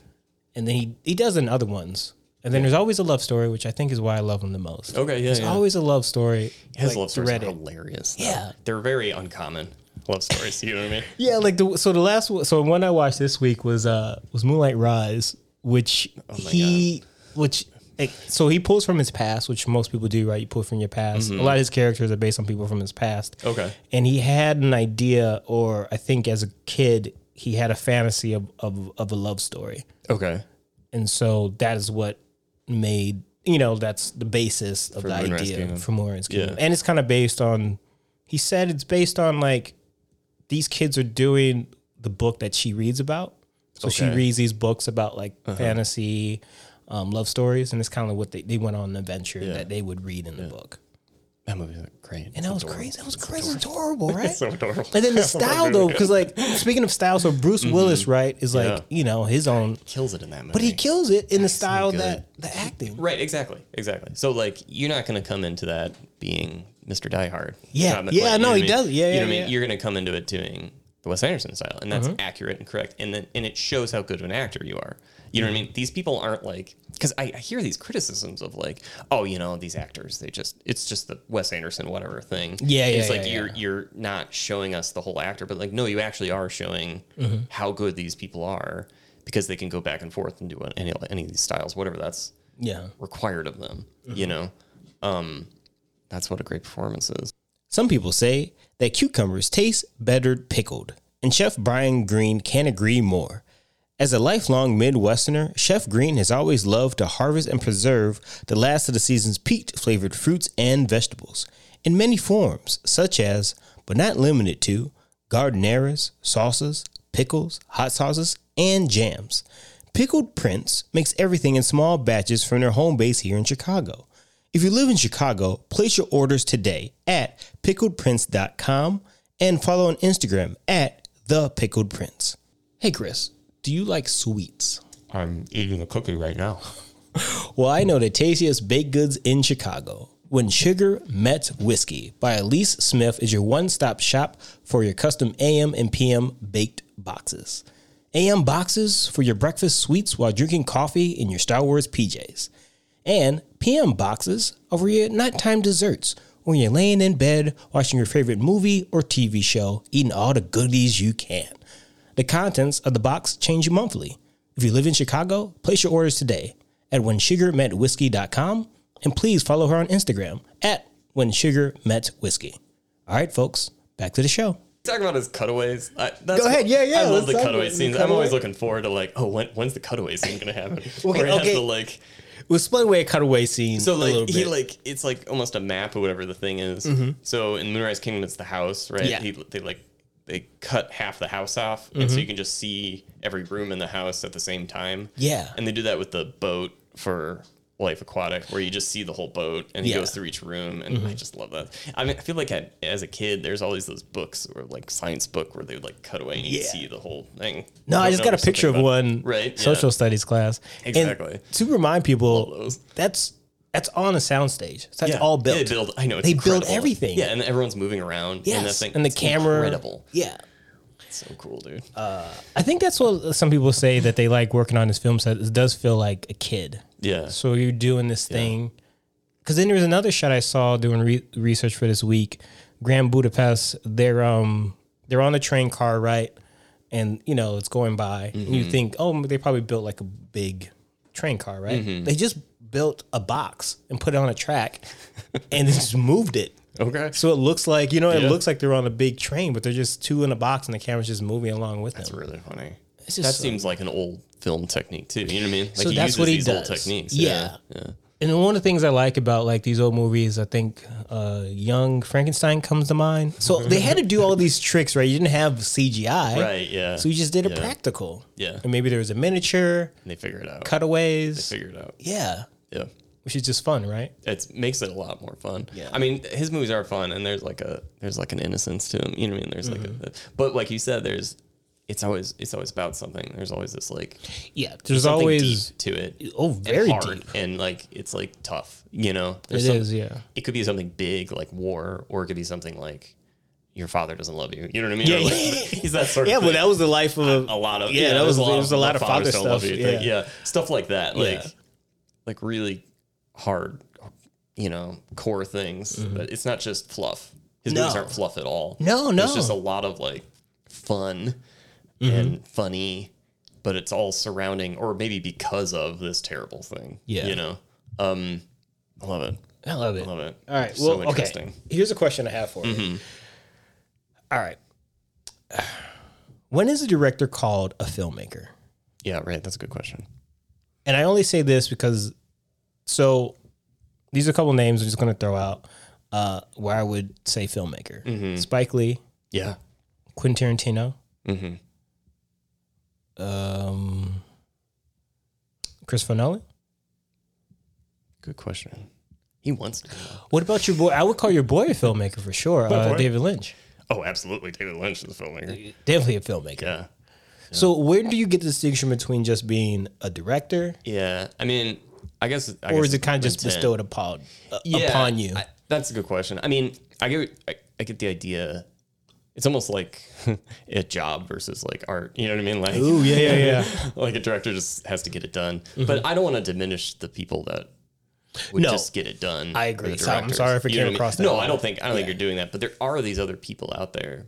Speaker 1: and then he he does in other ones, And then there's always a love story, which I think is why I love them the most.
Speaker 4: Okay, yeah,
Speaker 1: There's
Speaker 4: yeah.
Speaker 1: always a love story.
Speaker 4: His
Speaker 1: like,
Speaker 4: love stories are
Speaker 1: threaded.
Speaker 4: hilarious. though.
Speaker 1: Yeah.
Speaker 4: They're very uncommon love stories. You know what I mean?
Speaker 1: Yeah, like the so the last one, so one I watched this week was uh was Moonlight Rise, which he which like, so he pulls from his past, which most people do, right? You pull from your past. A lot of his characters are based on people from his past.
Speaker 4: Okay.
Speaker 1: and he had an idea, or I think as a kid he had a fantasy of of, of a love story,
Speaker 4: Okay.
Speaker 1: and so that is what made you know that's the basis of the
Speaker 4: Moonrise
Speaker 1: idea
Speaker 4: Kingdom.
Speaker 1: for Moonrise Kingdom,
Speaker 4: Yeah.
Speaker 1: and it's kind of based on. He said it's based on like these kids are doing the book that she reads about. So she
Speaker 4: Okay. Uh-huh.
Speaker 1: reads these books about like fantasy, um, love stories, and it's kind of what they, they went on an adventure that they would read in the book.
Speaker 4: That movie's like great.
Speaker 1: And that was crazy. That was crazy. Adorable, right?
Speaker 4: so adorable.
Speaker 1: And then the style though, because like speaking of style, so Bruce Willis, right, is like
Speaker 4: Mm-hmm. Yeah.
Speaker 1: you know his own,
Speaker 4: kills it in that movie.
Speaker 1: but he kills it in the
Speaker 4: so
Speaker 1: style
Speaker 4: good.
Speaker 1: that the acting.
Speaker 4: Right, exactly, exactly. So like, you're not gonna come into that being Mr. Die Hard.
Speaker 1: Yeah,
Speaker 4: Not-
Speaker 1: yeah, no,
Speaker 4: what
Speaker 1: he
Speaker 4: I mean?
Speaker 1: does. Yeah,
Speaker 4: you
Speaker 1: yeah,
Speaker 4: know what I mean.
Speaker 1: yeah. Mm-hmm.
Speaker 4: You're gonna come into it doing the Wes Anderson style, and that's accurate and correct, and then and it shows how good of an actor you are. You know what I
Speaker 1: Mm-hmm.
Speaker 4: mean? These people aren't like because I, I hear these criticisms of like, oh, you know, these actors, they just it's just the Wes Anderson whatever thing.
Speaker 1: Yeah,
Speaker 4: It's
Speaker 1: yeah,
Speaker 4: like
Speaker 1: yeah,
Speaker 4: you're
Speaker 1: yeah.
Speaker 4: you're not showing us the whole actor, but like, no, you actually are showing
Speaker 1: Mm-hmm.
Speaker 4: how good these people are because they can go back and forth and do any any of these styles, whatever that's
Speaker 1: Yeah.
Speaker 4: required of them.
Speaker 1: Mm-hmm.
Speaker 4: You know, um, that's what a great performance is.
Speaker 1: Some people say that cucumbers taste better pickled, and Chef Brian Green can't agree more. As a lifelong Midwesterner, Chef Green has always loved to harvest and preserve the last of the season's peaked flavored fruits and vegetables in many forms, such as, but not limited to, gardeneras, sauces, pickles, hot sauces, and jams. Pickled Prince makes everything in small batches from their home base here in Chicago. If you live in Chicago, place your orders today at pickledprince.com and follow on Instagram at the pickled prince. Hey Chris, do you like sweets?
Speaker 4: I'm eating a cookie right now.
Speaker 1: Well, I know the tastiest baked goods in Chicago. When Sugar Met Whiskey by Elise Smith is your one stop shop for your custom AM and PM baked boxes. AM boxes for your breakfast sweets while drinking coffee in your Star Wars PJs. And PM boxes over your nighttime desserts when you're laying in bed watching your favorite movie or TV show, eating all the goodies you can. The contents of the box change monthly. If you live in Chicago, place your orders today at whensugarmetwhiskey.com and please follow her on Instagram at whensugarmetwhiskey. All right, folks, back to the show.
Speaker 4: Talking about his cutaways. I, that's
Speaker 1: Go ahead, yeah, yeah,
Speaker 4: I
Speaker 1: let's
Speaker 4: love the
Speaker 1: talk
Speaker 4: cutaway
Speaker 1: about the
Speaker 4: scenes. I'm
Speaker 1: cutaway.
Speaker 4: always looking forward to like, oh, when, when's the cutaway scene gonna happen?
Speaker 1: Okay,
Speaker 4: Where it has
Speaker 1: okay.
Speaker 4: the, like,
Speaker 1: We'll split away a cutaway scene. a
Speaker 4: so
Speaker 1: little
Speaker 4: like
Speaker 1: bit. Mm-hmm.
Speaker 4: he like it's like almost a map or whatever the thing is. So in Moonrise Kingdom, it's the house, right?
Speaker 1: Yeah. Mm-hmm.
Speaker 4: He, they like they cut half the house off, and so you can just see every room in the house at the same time.
Speaker 1: Yeah.
Speaker 4: and they do that with the boat for Life Aquatic, where you just see the whole boat, and he
Speaker 1: Yeah. Mm-hmm.
Speaker 4: goes through each room, and I just love that. I mean, I feel like I, as a kid, there's always those books or like science book where they would like cut away and you
Speaker 1: Yeah.
Speaker 4: would see the whole thing.
Speaker 1: no, I
Speaker 4: don't
Speaker 1: just
Speaker 4: know,
Speaker 1: got a
Speaker 4: there's something
Speaker 1: picture of
Speaker 4: about-
Speaker 1: one
Speaker 4: Right, yeah.
Speaker 1: social studies class. And
Speaker 4: Exactly.
Speaker 1: to remind people,
Speaker 4: those.
Speaker 1: that's that's on a soundstage. So that's all built.
Speaker 4: They build. I know. It's
Speaker 1: They build
Speaker 4: incredible.
Speaker 1: everything.
Speaker 4: Yeah, and everyone's moving around.
Speaker 1: Yes,
Speaker 4: and, that thing,
Speaker 1: and the
Speaker 4: it's
Speaker 1: camera. Uh,
Speaker 4: Incredible.
Speaker 1: Yeah.
Speaker 4: It's so cool, dude.
Speaker 1: I think that's what some people say that they like working on this film set. It does feel like a kid.
Speaker 4: yeah.
Speaker 1: So you're doing this thing. Because then there was another shot I saw doing re- research for this week. Grand Budapest. They're um they're on the train car right, and you know it's going by. And you think, oh, they probably built like a big train car, right? They just built a box and put it on a track, and they just moved it.
Speaker 4: Okay.
Speaker 1: So it looks like you know it
Speaker 4: Yeah.
Speaker 1: looks like they're on a big train, but they're just two in a box, and the camera's just moving along with
Speaker 4: That's
Speaker 1: them.
Speaker 4: really funny.
Speaker 1: It's
Speaker 4: That
Speaker 1: just so-
Speaker 4: seems like an old film technique too. You know what I mean? Like
Speaker 1: So that's what he does.
Speaker 4: techniques.
Speaker 1: Yeah.
Speaker 4: yeah.
Speaker 1: And one of the things I like about like these old movies, I think uh, Young Frankenstein comes to mind. So they had to do all these tricks, right? You didn't have CGI,
Speaker 4: Right. Yeah.
Speaker 1: So you just did a
Speaker 4: Yeah.
Speaker 1: practical,
Speaker 4: Yeah.
Speaker 1: And maybe there was a miniature,
Speaker 4: And they figure it out.
Speaker 1: cutaways,
Speaker 4: Figure it out.
Speaker 1: yeah,
Speaker 4: Yeah.
Speaker 1: which is just fun, right?
Speaker 4: It makes it a lot more fun. Yeah. I mean, his movies are fun, and there's like a there's like an innocence to him. You know what I mean? There's
Speaker 1: Mm-hmm.
Speaker 4: like, a, but like you said, there's it's always it's always about something. There's always this like
Speaker 1: Yeah, there's
Speaker 4: something
Speaker 1: always
Speaker 4: deep to it.
Speaker 1: oh, very
Speaker 4: and hard
Speaker 1: deep.
Speaker 4: and like it's like tough. You know,
Speaker 1: It
Speaker 4: There's
Speaker 1: is,
Speaker 4: some-
Speaker 1: yeah.
Speaker 4: It could be something big like war, or it could be something like your father doesn't love you. You know what I mean?
Speaker 1: Yeah,
Speaker 4: Or, like,
Speaker 1: yeah.
Speaker 4: It's that sort
Speaker 1: Yeah,
Speaker 4: of thing.
Speaker 1: well, that was the life of
Speaker 4: a lot of
Speaker 1: yeah, that was,
Speaker 4: there's
Speaker 1: it was a lot
Speaker 4: my
Speaker 1: of father
Speaker 4: fathers don't love
Speaker 1: stuff.
Speaker 4: you thing.
Speaker 1: Yeah.
Speaker 4: yeah, stuff like that. Like
Speaker 1: Yeah.
Speaker 4: like really hard, you know, core things. But it's not just fluff. His movies
Speaker 1: Mm-hmm. No.
Speaker 4: aren't fluff at all.
Speaker 1: No, no. Mm-hmm.
Speaker 4: It's just a lot of like fun and funny, but it's all surrounding or maybe because of this terrible thing.
Speaker 1: Yeah.
Speaker 4: You know? Um I love it.
Speaker 1: I love it.
Speaker 4: I love it.
Speaker 1: All right.
Speaker 4: So
Speaker 1: Well, okay.
Speaker 4: interesting. Mm-hmm.
Speaker 1: Here's a question I have for you. All right. When is a director called a filmmaker?
Speaker 4: Yeah, right. That's a good question.
Speaker 1: And I only say this because, so these are a couple names I'm just going to throw out uh, where I would say filmmaker
Speaker 4: Mm-hmm.
Speaker 1: Spike Lee,
Speaker 4: Yeah.
Speaker 1: Quentin Tarantino,
Speaker 4: Mm-hmm.
Speaker 1: um, Christopher Nolan.
Speaker 4: Good question. He wants to be.
Speaker 1: What about your boy? I would call your boy a filmmaker for sure. Uh,
Speaker 4: boy.
Speaker 1: David Lynch.
Speaker 4: Oh, absolutely. David Lynch is a filmmaker.
Speaker 1: Definitely a filmmaker.
Speaker 4: Yeah.
Speaker 1: So, where do you get the distinction between just being a director
Speaker 4: Yeah. I mean, I guess. I
Speaker 1: or
Speaker 4: guess
Speaker 1: is it kind of just
Speaker 4: intent.
Speaker 1: bestowed upon uh, upon you?
Speaker 4: I- that's a good question. I mean, I get I, I get the idea. It's almost like a job versus like art. You know what I mean? Like,
Speaker 1: Ooh, yeah, yeah, yeah. Mm-hmm.
Speaker 4: like a director just has to get it done. But I don't want to diminish the people that would
Speaker 1: No.
Speaker 4: just get it done.
Speaker 1: I
Speaker 4: Mm-hmm. or
Speaker 1: agree.
Speaker 4: the
Speaker 1: So I'm
Speaker 4: directors.
Speaker 1: sorry if I
Speaker 4: You know
Speaker 1: came
Speaker 4: what mean?
Speaker 1: across that
Speaker 4: No,
Speaker 1: way.
Speaker 4: I don't think I don't think you're doing that. But there are these other people out there.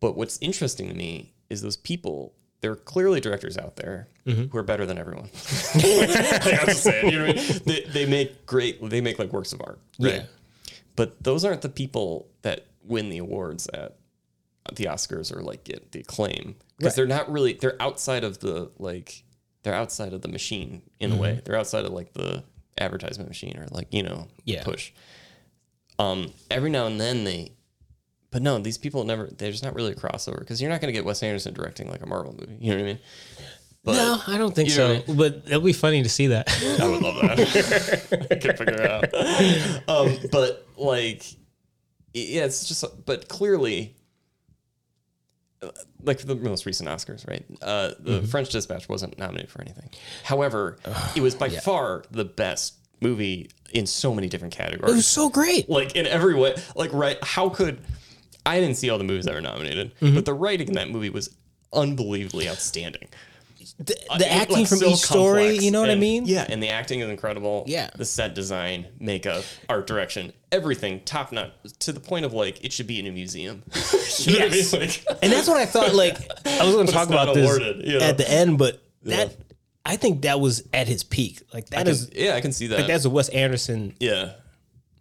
Speaker 4: But what's interesting to me is those people. There are clearly directors out there who are better than everyone. Like, I'm just saying, you know what I mean? They, they make great. They make like works of art, right?
Speaker 1: Yeah.
Speaker 4: But those aren't the people that win the awards at the Oscars or like get the acclaim because
Speaker 1: Right.
Speaker 4: they're not really. They're outside of the like. They're outside of the machine in a
Speaker 1: Mm-hmm.
Speaker 4: way. They're outside of like the advertisement machine or like you know
Speaker 1: Yeah.
Speaker 4: push. Um, every now and then they, but no, these people never. There's not really a crossover because you're not going to get Wes Anderson directing like a Marvel movie. You know what I mean? But
Speaker 1: no, I don't think
Speaker 4: You
Speaker 1: so.
Speaker 4: know what
Speaker 1: But it'll be funny to see that.
Speaker 4: I would love that. I can figure it out. Um, but like, yeah, it's just. But clearly, uh, like the most recent Oscars, right? Uh, the French Dispatch wasn't nominated for anything. However, it was by far the best movie in so many different categories
Speaker 1: it was so great.
Speaker 4: like in every way like right how could i didn't see all the movies that were nominated but the writing in that movie was unbelievably outstanding
Speaker 1: The,
Speaker 4: Uh,
Speaker 1: the
Speaker 4: it-
Speaker 1: acting
Speaker 4: like,
Speaker 1: from
Speaker 4: so
Speaker 1: each story,
Speaker 4: complex
Speaker 1: you know what I
Speaker 4: and-
Speaker 1: mean?
Speaker 4: yeah and the acting is incredible
Speaker 1: Yeah.
Speaker 4: the set design makeup art direction everything top notch to the point of like it should be in a museum you know
Speaker 1: Yes.
Speaker 4: what I mean? Like-
Speaker 1: And that's what I thought. Like I was going to talk
Speaker 4: not
Speaker 1: about this
Speaker 4: awarded, you know?
Speaker 1: at the end, but that I think that was at his peak. Like that is
Speaker 4: yeah i can see that
Speaker 1: like that's a Wes Anderson
Speaker 4: yeah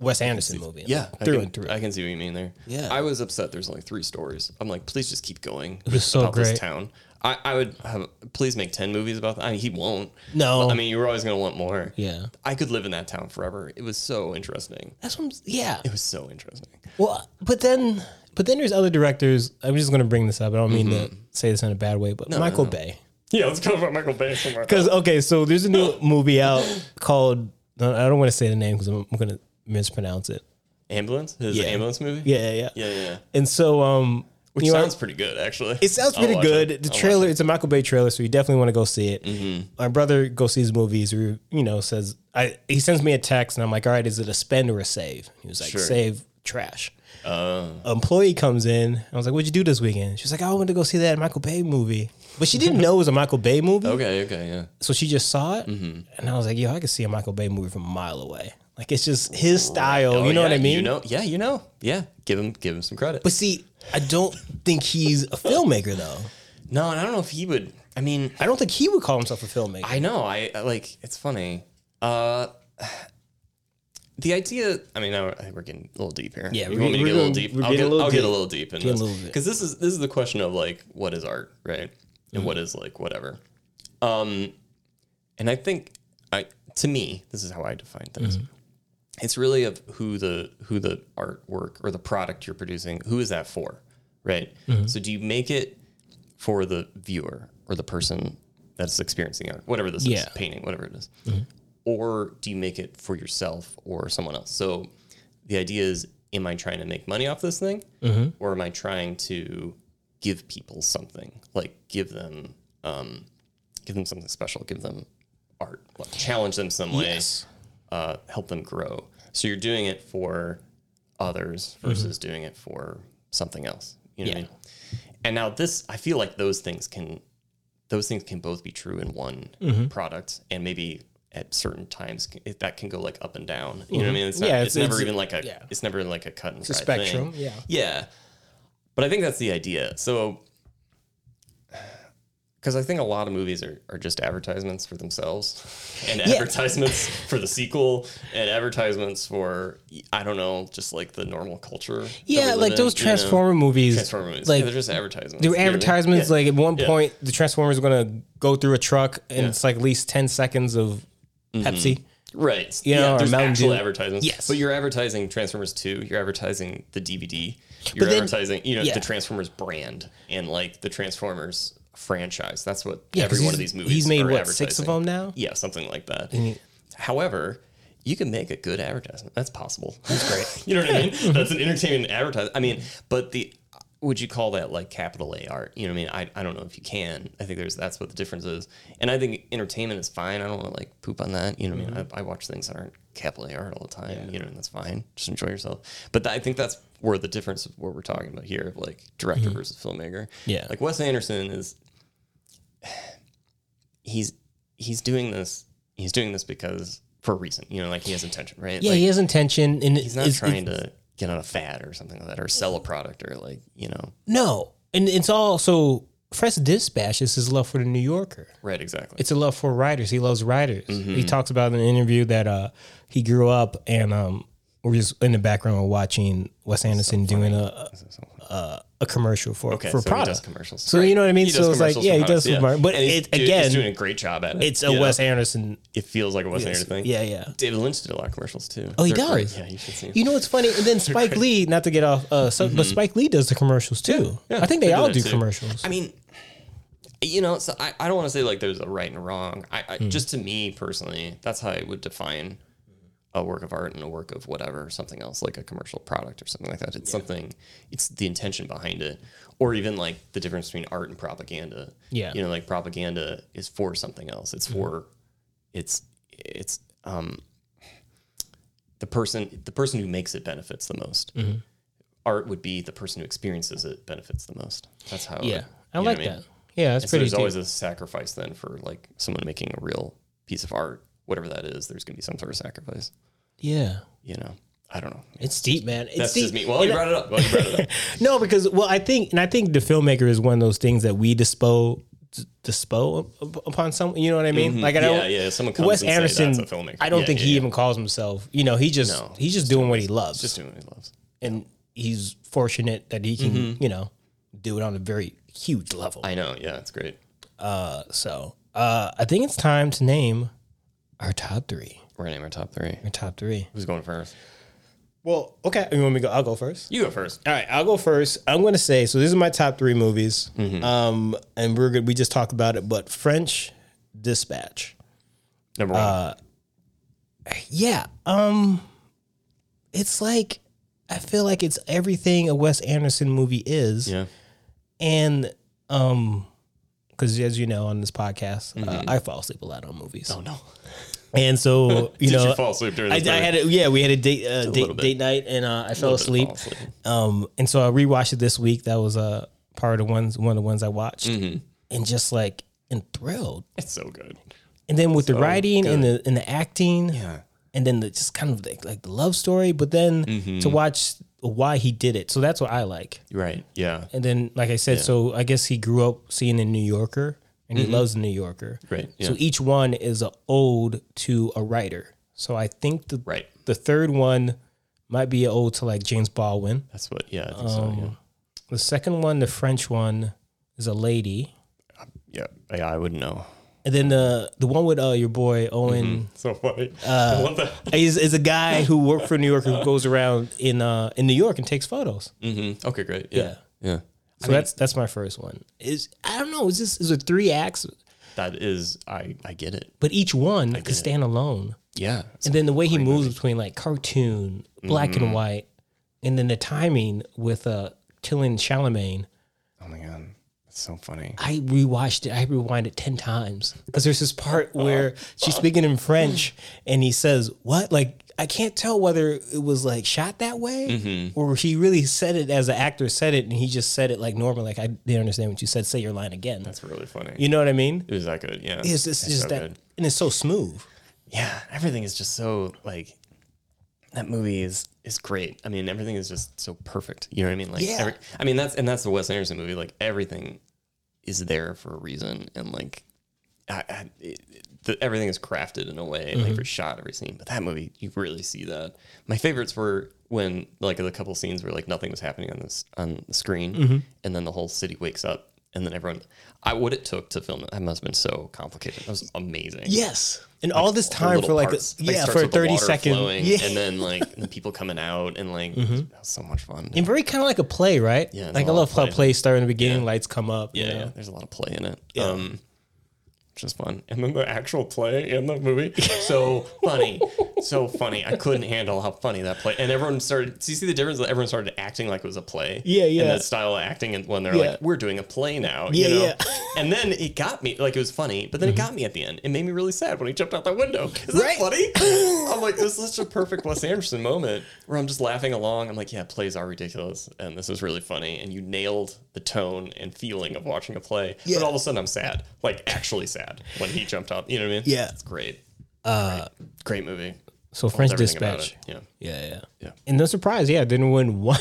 Speaker 1: Wes Anderson movie.
Speaker 4: yeah, I
Speaker 1: through
Speaker 4: can,
Speaker 1: and through.
Speaker 4: I can see what you mean there.
Speaker 1: Yeah.
Speaker 4: I was upset. There's only three stories. I'm like, please just keep going. It
Speaker 1: was so
Speaker 4: about
Speaker 1: great.
Speaker 4: This town. I, I would have please make ten movies about that. I mean, he won't.
Speaker 1: No.
Speaker 4: But, I mean, you're always gonna want more.
Speaker 1: yeah,
Speaker 4: I could live in that town forever. It was so interesting.
Speaker 1: that's what. I'm, yeah,
Speaker 4: It was so interesting.
Speaker 1: Well, but then, but then there's other directors. I'm just going to bring this up. I don't mean to say this in a bad way, but Michael Bay.
Speaker 4: Yeah, let's talk about Michael Bay.
Speaker 1: Because okay, so there's a new movie out called. I don't want to say the name because I'm, I'm going to mispronounce it.
Speaker 4: Ambulance, his
Speaker 1: Yeah.
Speaker 4: ambulance movie.
Speaker 1: Yeah, yeah, yeah.
Speaker 4: yeah, yeah.
Speaker 1: And so, um,
Speaker 4: Which
Speaker 1: you know,
Speaker 4: sounds pretty good, actually.
Speaker 1: it sounds
Speaker 4: I'll
Speaker 1: pretty
Speaker 4: watch
Speaker 1: good.
Speaker 4: it.
Speaker 1: The
Speaker 4: I'll watch
Speaker 1: trailer,
Speaker 4: it. Mm-hmm.
Speaker 1: it's a Michael Bay trailer, so you definitely want to go see it. My brother goes sees movies. Who, you know, says I. He sends me a text, and I'm like, "All right, is it a spend or a save?" He was like,
Speaker 4: Sure. Uh.
Speaker 1: "Save." Trash. employee comes in. I was like, "What'd you do this weekend?" She's like, "Oh, "I went to go see that Michael Bay movie," but she didn't know it was a Michael Bay movie,
Speaker 4: Okay, Mm-hmm. okay, yeah.
Speaker 1: so she just saw it. And I was like, "Yo, I could see a Michael Bay movie from a mile away. Like it's just his style.
Speaker 4: Oh,
Speaker 1: you know
Speaker 4: yeah,
Speaker 1: what I mean?"
Speaker 4: You know, yeah, you know, yeah. Give him, give him some credit.
Speaker 1: But see, I don't think he's a filmmaker though.
Speaker 4: no, and I don't know if he would. I mean,
Speaker 1: I don't think he would call himself a filmmaker.
Speaker 4: I know. I I, like it's funny. Uh, the idea. I mean, now I think we're getting a little deep here.
Speaker 1: Yeah,
Speaker 4: you
Speaker 1: we're
Speaker 4: want me
Speaker 1: getting-
Speaker 4: to
Speaker 1: we're
Speaker 4: get a little
Speaker 1: getting-
Speaker 4: deep?
Speaker 1: we're
Speaker 4: I'll,
Speaker 1: getting
Speaker 4: get,
Speaker 1: a little
Speaker 4: I'll get a
Speaker 1: deep.
Speaker 4: little deep in
Speaker 1: Getting a
Speaker 4: this
Speaker 1: little bit.
Speaker 4: because this is this is the question of like what is art, right? And
Speaker 1: Mm-hmm.
Speaker 4: what is like whatever. Um, and I think I to me this is how I define things.
Speaker 1: Mm-hmm.
Speaker 4: It's really of who the who the artwork or the product you're producing. Who is that for, right?
Speaker 1: Mm-hmm.
Speaker 4: So do you make it for the viewer or the person that's experiencing art, whatever this
Speaker 1: Yeah.
Speaker 4: is, painting, whatever it is. Or do you make it for yourself or someone else? So the idea is am I trying to make money off this thing or am I trying to give people something? Like give them um, give them something special, give them art, like challenge them some way, uh, help them grow. So you're doing it for others versus doing it for something else. You know what I
Speaker 1: Mm-hmm. Yeah.
Speaker 4: mean? And now this, I
Speaker 1: Mm-hmm.
Speaker 4: feel like those things can, those things can both be true in one product and maybe at certain times it, that can go like up and down. You know what I mean? It's, not,
Speaker 1: Mm-hmm. Yeah,
Speaker 4: it's,
Speaker 1: it's-
Speaker 4: never
Speaker 1: it's-
Speaker 4: even like a
Speaker 1: yeah.
Speaker 4: it's never like a cut and
Speaker 1: a
Speaker 4: dried thing.
Speaker 1: spectrum, yeah.
Speaker 4: yeah. But I think that's the idea. So, because I think a lot of movies are, are just advertisements for themselves and advertisements for the sequel and advertisements for, I don't know, just like the normal culture. that we
Speaker 1: Yeah,
Speaker 4: live
Speaker 1: like
Speaker 4: in,
Speaker 1: those
Speaker 4: you know?
Speaker 1: Transformer movies.
Speaker 4: Transformer movies.
Speaker 1: Like
Speaker 4: yeah, they're just advertisements.
Speaker 1: the
Speaker 4: you know what I mean?
Speaker 1: advertisements,
Speaker 4: Yeah.
Speaker 1: like at one
Speaker 4: Yeah.
Speaker 1: point, the Transformers are gonna go through a truck, and it's like at least ten seconds of Pepsi.
Speaker 4: Right.
Speaker 1: You know, or
Speaker 4: there's
Speaker 1: Mountain
Speaker 4: actual
Speaker 1: Dew.
Speaker 4: advertisements.
Speaker 1: Yes.
Speaker 4: But you're advertising Transformers 2, you're advertising the DVD, you're
Speaker 1: then-
Speaker 4: advertising, you know,
Speaker 1: yeah.
Speaker 4: the Transformers brand and like the Transformers franchise. That's what
Speaker 1: 'cause
Speaker 4: every one of
Speaker 1: he's-
Speaker 4: these movies
Speaker 1: he's made,
Speaker 4: are
Speaker 1: what, six of them
Speaker 4: advertising.
Speaker 1: now?
Speaker 4: Yeah, something like that. However, you can make a good advertisement. That's possible. That's great. you know what I mean? That's an entertainment advertisement. I mean, but the would you call that like capital A art? You know what I mean? I, I don't know if you can. I think there's that's what the difference is. And I think entertainment is fine. I don't want to like poop on that. You know what I mean? I, I watch things that aren't capital A art all the time. You know, and that's fine. Just enjoy yourself. But I think that's where the difference of what we're talking about here of like director versus filmmaker.
Speaker 1: Yeah.
Speaker 4: Like Wes Anderson is he's he's doing this he's doing this because for a reason you know like he has intention right
Speaker 1: Yeah,
Speaker 4: like,
Speaker 1: he has intention, and
Speaker 4: he's not trying to get on a fad or something like that or sell a product or like you know
Speaker 1: No, and it's also Fresh Dispatch is his love for the New Yorker.
Speaker 4: right exactly
Speaker 1: It's a love for writers. He loves writers. He talks about in an interview that uh, he grew up and um, we're just in the background watching Wes Anderson doing a, a a commercial for
Speaker 4: okay
Speaker 1: for
Speaker 4: so
Speaker 1: product
Speaker 4: he does commercials
Speaker 1: So you know what I mean.
Speaker 4: He does
Speaker 1: So it's like
Speaker 4: commercials
Speaker 1: yeah,
Speaker 4: for
Speaker 1: he
Speaker 4: products,
Speaker 1: does. commer- But
Speaker 4: And he's
Speaker 1: it,
Speaker 4: do- he's
Speaker 1: again,
Speaker 4: doing a great job at it
Speaker 1: it's a
Speaker 4: you know?
Speaker 1: Wes Anderson.
Speaker 4: it feels like a Wes Anderson thing
Speaker 1: Yeah, yeah.
Speaker 4: David Lynch did a lot of commercials too
Speaker 1: Oh, he
Speaker 4: They're great.
Speaker 1: does.
Speaker 4: yeah you should see
Speaker 1: You know what's funny? And then Spike Lee, not to get off, uh, so,
Speaker 4: Mm-hmm.
Speaker 1: but Spike Lee does the commercials too. I think they, all
Speaker 4: that
Speaker 1: do
Speaker 4: too.
Speaker 1: commercials.
Speaker 4: I mean, you know, so I, I don't want to say like there's a right and a wrong. I,
Speaker 1: Hmm.
Speaker 4: I just to me personally, that's how I would define a work of art and a work of whatever, something else like a commercial product or something like that. It's something, it's the intention behind it, or even like the difference between art and propaganda.
Speaker 1: Yeah. Mm-hmm.
Speaker 4: you know, like propaganda is for something else. It's for, it's it's um the person the person who makes it benefits the most.
Speaker 1: Mm-hmm.
Speaker 4: Art would be the person who experiences it benefits the most. That's how.
Speaker 1: yeah, I
Speaker 4: you know
Speaker 1: like
Speaker 4: what mean?
Speaker 1: that. Yeah, that's
Speaker 4: And so
Speaker 1: pretty.
Speaker 4: there's
Speaker 1: deep.
Speaker 4: always a sacrifice then for like someone making a real piece of art, whatever that is. There's gonna be some sort of sacrifice.
Speaker 1: yeah,
Speaker 4: You know, I don't know.
Speaker 1: it's deep, man. It's
Speaker 4: That's
Speaker 1: deep.
Speaker 4: just me. Well, you brought it up. Well, you brought it up.
Speaker 1: No, because well, I think, and I think the filmmaker is one of those things that we dispose dispo upon some. You know what I mean? Like I
Speaker 4: Mm-hmm. yeah,
Speaker 1: don't.
Speaker 4: yeah. Someone comes
Speaker 1: Wes
Speaker 4: and
Speaker 1: Anderson,
Speaker 4: say that's a filmmaker.
Speaker 1: I don't
Speaker 4: Yeah,
Speaker 1: think
Speaker 4: yeah,
Speaker 1: he
Speaker 4: yeah.
Speaker 1: even calls himself. You know, he just
Speaker 4: No.
Speaker 1: he's just doing what he loves,
Speaker 4: just doing what he loves.
Speaker 1: and he's fortunate that he can,
Speaker 4: Mm-hmm.
Speaker 1: you know, do it on a very huge level.
Speaker 4: I know. Yeah, it's great.
Speaker 1: so uh, I think it's time to name our top three.
Speaker 4: We're gonna name our top three.
Speaker 1: Our top three.
Speaker 4: Who's going first?
Speaker 1: Well, okay. You want me to go? I'll go first.
Speaker 4: You go first.
Speaker 1: All right, I'll go first. I'm going to say so. These are my top three movies, um, and we're good. We just talked about it, but French Dispatch.
Speaker 4: Number one.
Speaker 1: Uh, Yeah, um, it's like I feel like it's everything a Wes Anderson movie is,
Speaker 4: yeah.
Speaker 1: and um, because as you know on this podcast, uh, I fall asleep a lot on movies. Oh no, and so you
Speaker 4: Did
Speaker 1: know,
Speaker 4: you fall asleep during
Speaker 1: I,
Speaker 4: this
Speaker 1: I
Speaker 4: movie?
Speaker 1: had a, yeah, we had a date uh,
Speaker 4: little
Speaker 1: date,
Speaker 4: bit.
Speaker 1: date night, and uh, I fell
Speaker 4: little bit
Speaker 1: asleep.
Speaker 4: of fall asleep.
Speaker 1: Um, and so I rewatched it this week. That was uh, part of the ones one of the ones I watched,
Speaker 4: Mm-hmm.
Speaker 1: and just like enthralled.
Speaker 4: It's so good.
Speaker 1: And then with the writing and the and the acting,
Speaker 4: Yeah.
Speaker 1: and then the just kind of like, like the love story. But then
Speaker 4: Mm-hmm.
Speaker 1: to watch why he did it, so that's what I like.
Speaker 4: Right. Yeah. Mm-hmm.
Speaker 1: And then, like I said, so I guess he grew up seeing a New Yorker, and he loves the New Yorker.
Speaker 4: Right,
Speaker 1: So
Speaker 4: yeah.
Speaker 1: each one is a ode to a writer. So I think the
Speaker 4: Right.
Speaker 1: the third one might be an ode to like James Baldwin.
Speaker 4: That's what. Yeah. I think
Speaker 1: Oh.
Speaker 4: so.
Speaker 1: The second one, the French one, is a lady,
Speaker 4: Yeah. Yeah. Yeah. I wouldn't know.
Speaker 1: and then the the one with uh, your boy Owen
Speaker 4: So funny.
Speaker 1: Uh,
Speaker 4: what the?
Speaker 1: is, is a guy who worked for New York who goes around in uh, in New York and takes photos.
Speaker 4: Mm-hmm. Okay. Great. Yeah. yeah.
Speaker 1: So that's that's my first one. Is I don't know. It's just it's a three acts,
Speaker 4: That is. I. I get it.
Speaker 1: but each one could stand alone.
Speaker 4: Yeah.
Speaker 1: And then the way he moves between like cartoon, black and white, and then the timing with uh Tilling Chalamet.
Speaker 4: oh my god. That's so funny.
Speaker 1: I rewatched it. I rewind it ten times because there's this part where she's speaking in French and he says, "What?" Like I can't tell whether it was like shot that way
Speaker 4: Mm-hmm.
Speaker 1: or she really said it as an actor said it and he just said it like normal. Like I didn't understand what you said. Say your line again.
Speaker 4: That's really funny.
Speaker 1: you know what I mean?
Speaker 4: it was that good. Yeah.
Speaker 1: It's just, it's just
Speaker 4: so
Speaker 1: that,
Speaker 4: good.
Speaker 1: and it's so smooth.
Speaker 4: yeah, everything is just so like that movie is is great. I mean, everything is just so perfect. You know what I mean? Like,
Speaker 1: Yeah.
Speaker 4: every, I mean that's and that's the Wes Anderson movie. Like everything is there for a reason, and like I, I, it, it- the, everything is crafted in a way, like every shot, every scene. But that movie, you really see that. My favorites were when like the couple scenes where like nothing was happening on this on the screen, and then the whole city wakes up. And then everyone, I what it took to film it, that must have been so complicated. That was amazing
Speaker 1: Yes. And all this time
Speaker 4: little
Speaker 1: for like, a,
Speaker 4: parts. It
Speaker 1: yeah,
Speaker 4: starts
Speaker 1: for a
Speaker 4: with the
Speaker 1: 30
Speaker 4: water
Speaker 1: second.
Speaker 4: flowing,
Speaker 1: yeah. Mm-hmm.
Speaker 4: and then like the people coming out and like that was so much fun.
Speaker 1: and very kind of like a play, right?
Speaker 4: Yeah, it's
Speaker 1: Like
Speaker 4: a
Speaker 1: I
Speaker 4: lot
Speaker 1: love
Speaker 4: of
Speaker 1: how
Speaker 4: play.
Speaker 1: plays start in the beginning, lights come up. you
Speaker 4: yeah,
Speaker 1: know?
Speaker 4: yeah, there's a lot of play in it. Um, which is fun. And then the actual play in the movie, so funny, so funny. I couldn't handle how funny that play. And everyone started. Do you see the difference? Like, Everyone started acting like it was a play.
Speaker 1: Yeah, yeah.
Speaker 4: And that style of acting, and when they're
Speaker 1: Yeah.
Speaker 4: like, "We're doing a play now,"
Speaker 1: Yeah,
Speaker 4: you know.
Speaker 1: yeah. Mm-hmm.
Speaker 4: And then it got me. Like it was funny, but then it got me at the end. It made me really sad when he jumped out that window. Is
Speaker 1: Right.
Speaker 4: that funny? I'm like, this is such a perfect Wes Anderson moment where I'm just laughing along. I'm like, yeah, plays are ridiculous, and this is really funny. And you nailed the tone and feeling of watching a play.
Speaker 1: Yeah.
Speaker 4: But all of a sudden, I'm sad, like actually sad when he jumped up. You know what I mean?
Speaker 1: Yeah. Uh,
Speaker 4: it's great. great, great movie.
Speaker 1: So French
Speaker 4: everything about
Speaker 1: Dispatch.
Speaker 4: it, Yeah,
Speaker 1: Yeah, yeah.
Speaker 4: Yeah.
Speaker 1: And no surprise, yeah, didn't win one.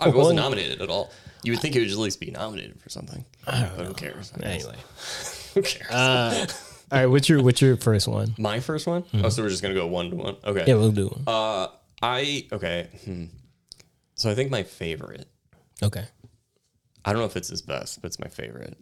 Speaker 4: I
Speaker 1: one-
Speaker 4: wasn't nominated at all. You would think it would at least be nominated for something. but who cares?
Speaker 1: Anyway.
Speaker 4: who cares?
Speaker 1: Uh, All right, what's your what's your first one?
Speaker 4: My first one. Oh, so we're just gonna go one to one. Okay.
Speaker 1: hmm. Yeah, we'll do. one.
Speaker 4: Uh, I okay. Hmm. So I think my favorite.
Speaker 1: okay.
Speaker 4: I don't know if it's his best, but it's my favorite.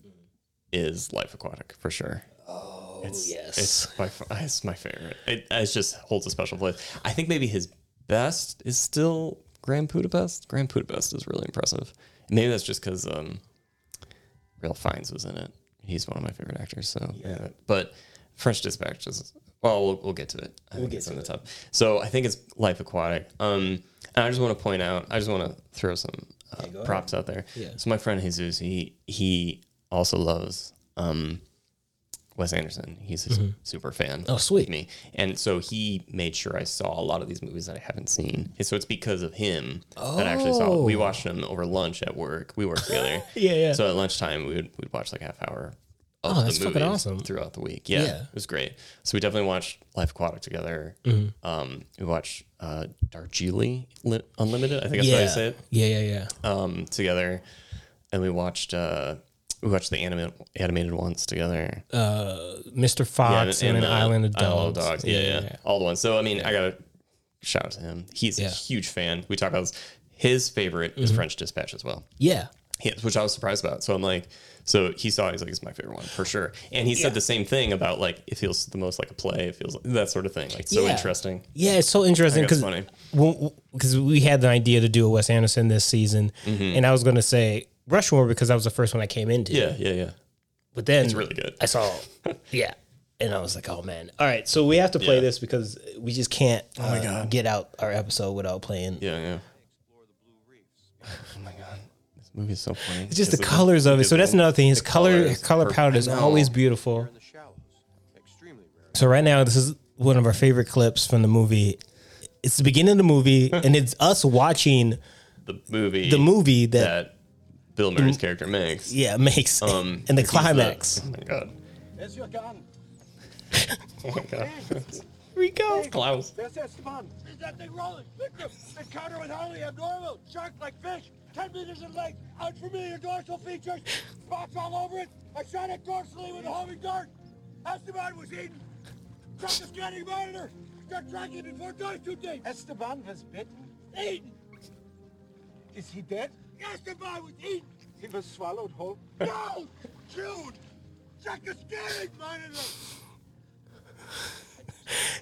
Speaker 4: Is Life Aquatic for sure. Oh it's, yes, it's my fa- it's my favorite. It, it just holds a special place. I think maybe his best is still Grand Budapest. Grand Budapest is really impressive. And maybe that's just because um, Real Fiennes was in it. He's one of my favorite actors. So yeah, but French Dispatch is well, we'll, we'll get to it. I we'll get to the top. So I think it's Life Aquatic. Um, and I just want to point out. I just want to throw some uh, props out there. Yeah. So my friend Jesus, he he also loves um, Wes Anderson. He's a super fan.
Speaker 1: Oh, sweet.
Speaker 4: of Me and so he made sure I saw a lot of these movies that I haven't seen. And so it's because of him that I actually saw. We watched them over lunch at work. We worked together.
Speaker 1: Oh. Yeah, yeah.
Speaker 4: So at lunchtime, we would we'd watch like a half hour. Of
Speaker 1: Oh,
Speaker 4: the
Speaker 1: that's fucking
Speaker 4: movies
Speaker 1: awesome.
Speaker 4: Throughout the week, yeah,
Speaker 1: Yeah.
Speaker 4: it was great. So we definitely watched Life Aquatic together.
Speaker 1: Mm-hmm.
Speaker 4: Um, we watched uh, Darjeeling Li- Unlimited. I think that's how
Speaker 1: Yeah.
Speaker 4: I say it
Speaker 1: yeah, yeah, yeah.
Speaker 4: um, together, and we watched uh, we watched the animated animated ones together.
Speaker 1: Mr. Fox and,
Speaker 4: the
Speaker 1: an Island of
Speaker 4: Isle
Speaker 1: Dogs.
Speaker 4: Yeah, yeah, all the ones. So I mean, I gotta shout out to him. He's
Speaker 1: Yeah. Mm-hmm.
Speaker 4: a huge fan. We talk about this. his favorite is French Dispatch as well.
Speaker 1: Yeah.
Speaker 4: Yes, which I was surprised about. So I'm like, so he saw, it, he's like, it's my favorite one for sure. And he said the same thing about like, it feels the most like a play. It feels like that sort of thing. Like so
Speaker 1: Yeah.
Speaker 4: interesting.
Speaker 1: Yeah, it's so interesting
Speaker 4: I think
Speaker 1: because
Speaker 4: that's funny.
Speaker 1: because we had the idea to do a Wes Anderson this season, and I was going to say Rushmore because that was the first one I came into.
Speaker 4: Mm-hmm. Yeah, yeah, yeah.
Speaker 1: but then it's
Speaker 4: really good.
Speaker 1: I saw, yeah, and I was like, oh man, all right, so we have to play
Speaker 4: Yeah. Oh
Speaker 1: this because we just can't uh, get out our episode without playing.
Speaker 4: Yeah, yeah. Oh my god, this movie is so funny.
Speaker 1: It's just the colors of it. So that's another thing. His color
Speaker 4: colors.
Speaker 1: color palette is
Speaker 4: I know.
Speaker 1: always beautiful. So right now, this is one of our favorite clips from the movie. It's the beginning of the movie, and it's us watching
Speaker 4: the movie.
Speaker 1: the movie that
Speaker 4: that Bill Murray's character makes.
Speaker 1: Yeah, makes
Speaker 4: Um,
Speaker 1: uh, and the
Speaker 4: if he's not-
Speaker 1: climax.
Speaker 4: Oh my god.
Speaker 2: There's your gun.
Speaker 4: Oh my god.
Speaker 1: Here we go.
Speaker 4: Klaus.
Speaker 2: There's Esteban. There's that thing rolling. Victim. Encounter with highly abnormal. Shark like fish. 10 meters in length. Unfamiliar dorsal features. Spots all over it. I shot it dorsally with a homing dart. Esteban was eaten. Drop the scanning monitor. Start tracking before dive too deep. Esteban was bitten? Eaten. Is he dead? Esteban was eaten. He was swallowed whole? No! Jude! Check the scanning monitor!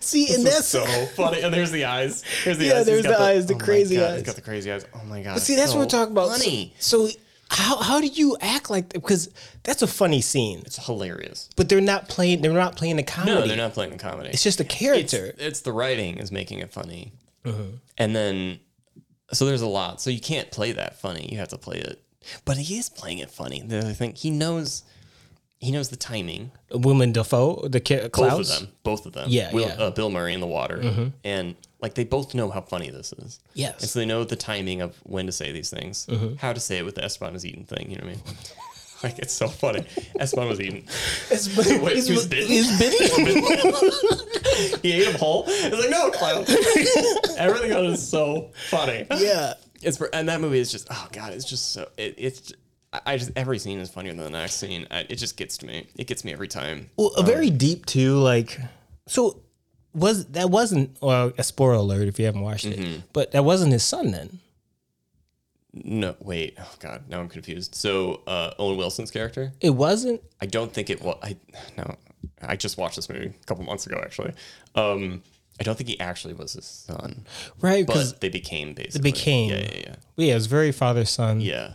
Speaker 1: See, and that's
Speaker 4: so funny. And there's the eyes. There's the
Speaker 1: Yeah,
Speaker 4: eyes. He's
Speaker 1: there's
Speaker 4: got
Speaker 1: the eyes, the
Speaker 4: my
Speaker 1: crazy
Speaker 4: God,
Speaker 1: eyes.
Speaker 4: He's got the crazy eyes. Oh my god.
Speaker 1: see, that's
Speaker 4: so
Speaker 1: what we're talking about.
Speaker 4: Funny.
Speaker 1: So, so how how do you act like that? Because that's a funny scene,
Speaker 4: It's hilarious.
Speaker 1: but they're not playing. They're not playing the comedy.
Speaker 4: No, they're not playing the comedy.
Speaker 1: It's just a character.
Speaker 4: It's, it's the writing is making it funny. And then, so there's a lot. So you can't play that funny. You have to play it. But he is playing it funny. The other thing, he knows, he knows the timing.
Speaker 1: Woman Defoe, the ca- Klaus.
Speaker 4: Both of them. Both of them.
Speaker 1: Yeah,
Speaker 4: Will,
Speaker 1: yeah. Mm-hmm.
Speaker 4: Uh, Bill Murray in the water. And like they both know how funny this is.
Speaker 1: Yes. Mm-hmm.
Speaker 4: And so they know the timing of when to say these things, how to say it with the Esteban is eaten thing. You know what I mean? Like it's so funny. Espan was eating.
Speaker 1: It's,
Speaker 4: Wait,
Speaker 1: he's,
Speaker 4: who's bitten?
Speaker 1: he's bitten.
Speaker 4: He ate a whole. It's like no clown. Everything on it is so funny.
Speaker 1: yeah.
Speaker 4: It's for- and that movie is just oh god, it's just so it, it's. I- I just every scene is funnier than the next scene. I, it just gets to me. It gets me every time.
Speaker 1: Well, a very deep too. Like, so was that wasn't well, a spoiler alert if you haven't watched
Speaker 4: Mm-hmm.
Speaker 1: it, but that wasn't his son then.
Speaker 4: No, wait. Oh god, now I'm confused. So uh, Owen Wilson's character.
Speaker 1: It wasn't.
Speaker 4: I don't think it was. I no. I just watched this movie a couple months ago actually. Um, I don't think he actually was his son,
Speaker 1: Right, because
Speaker 4: but they became basically.
Speaker 1: it became.
Speaker 4: Yeah, yeah, yeah.
Speaker 1: yeah, it was very father son.
Speaker 4: Yeah.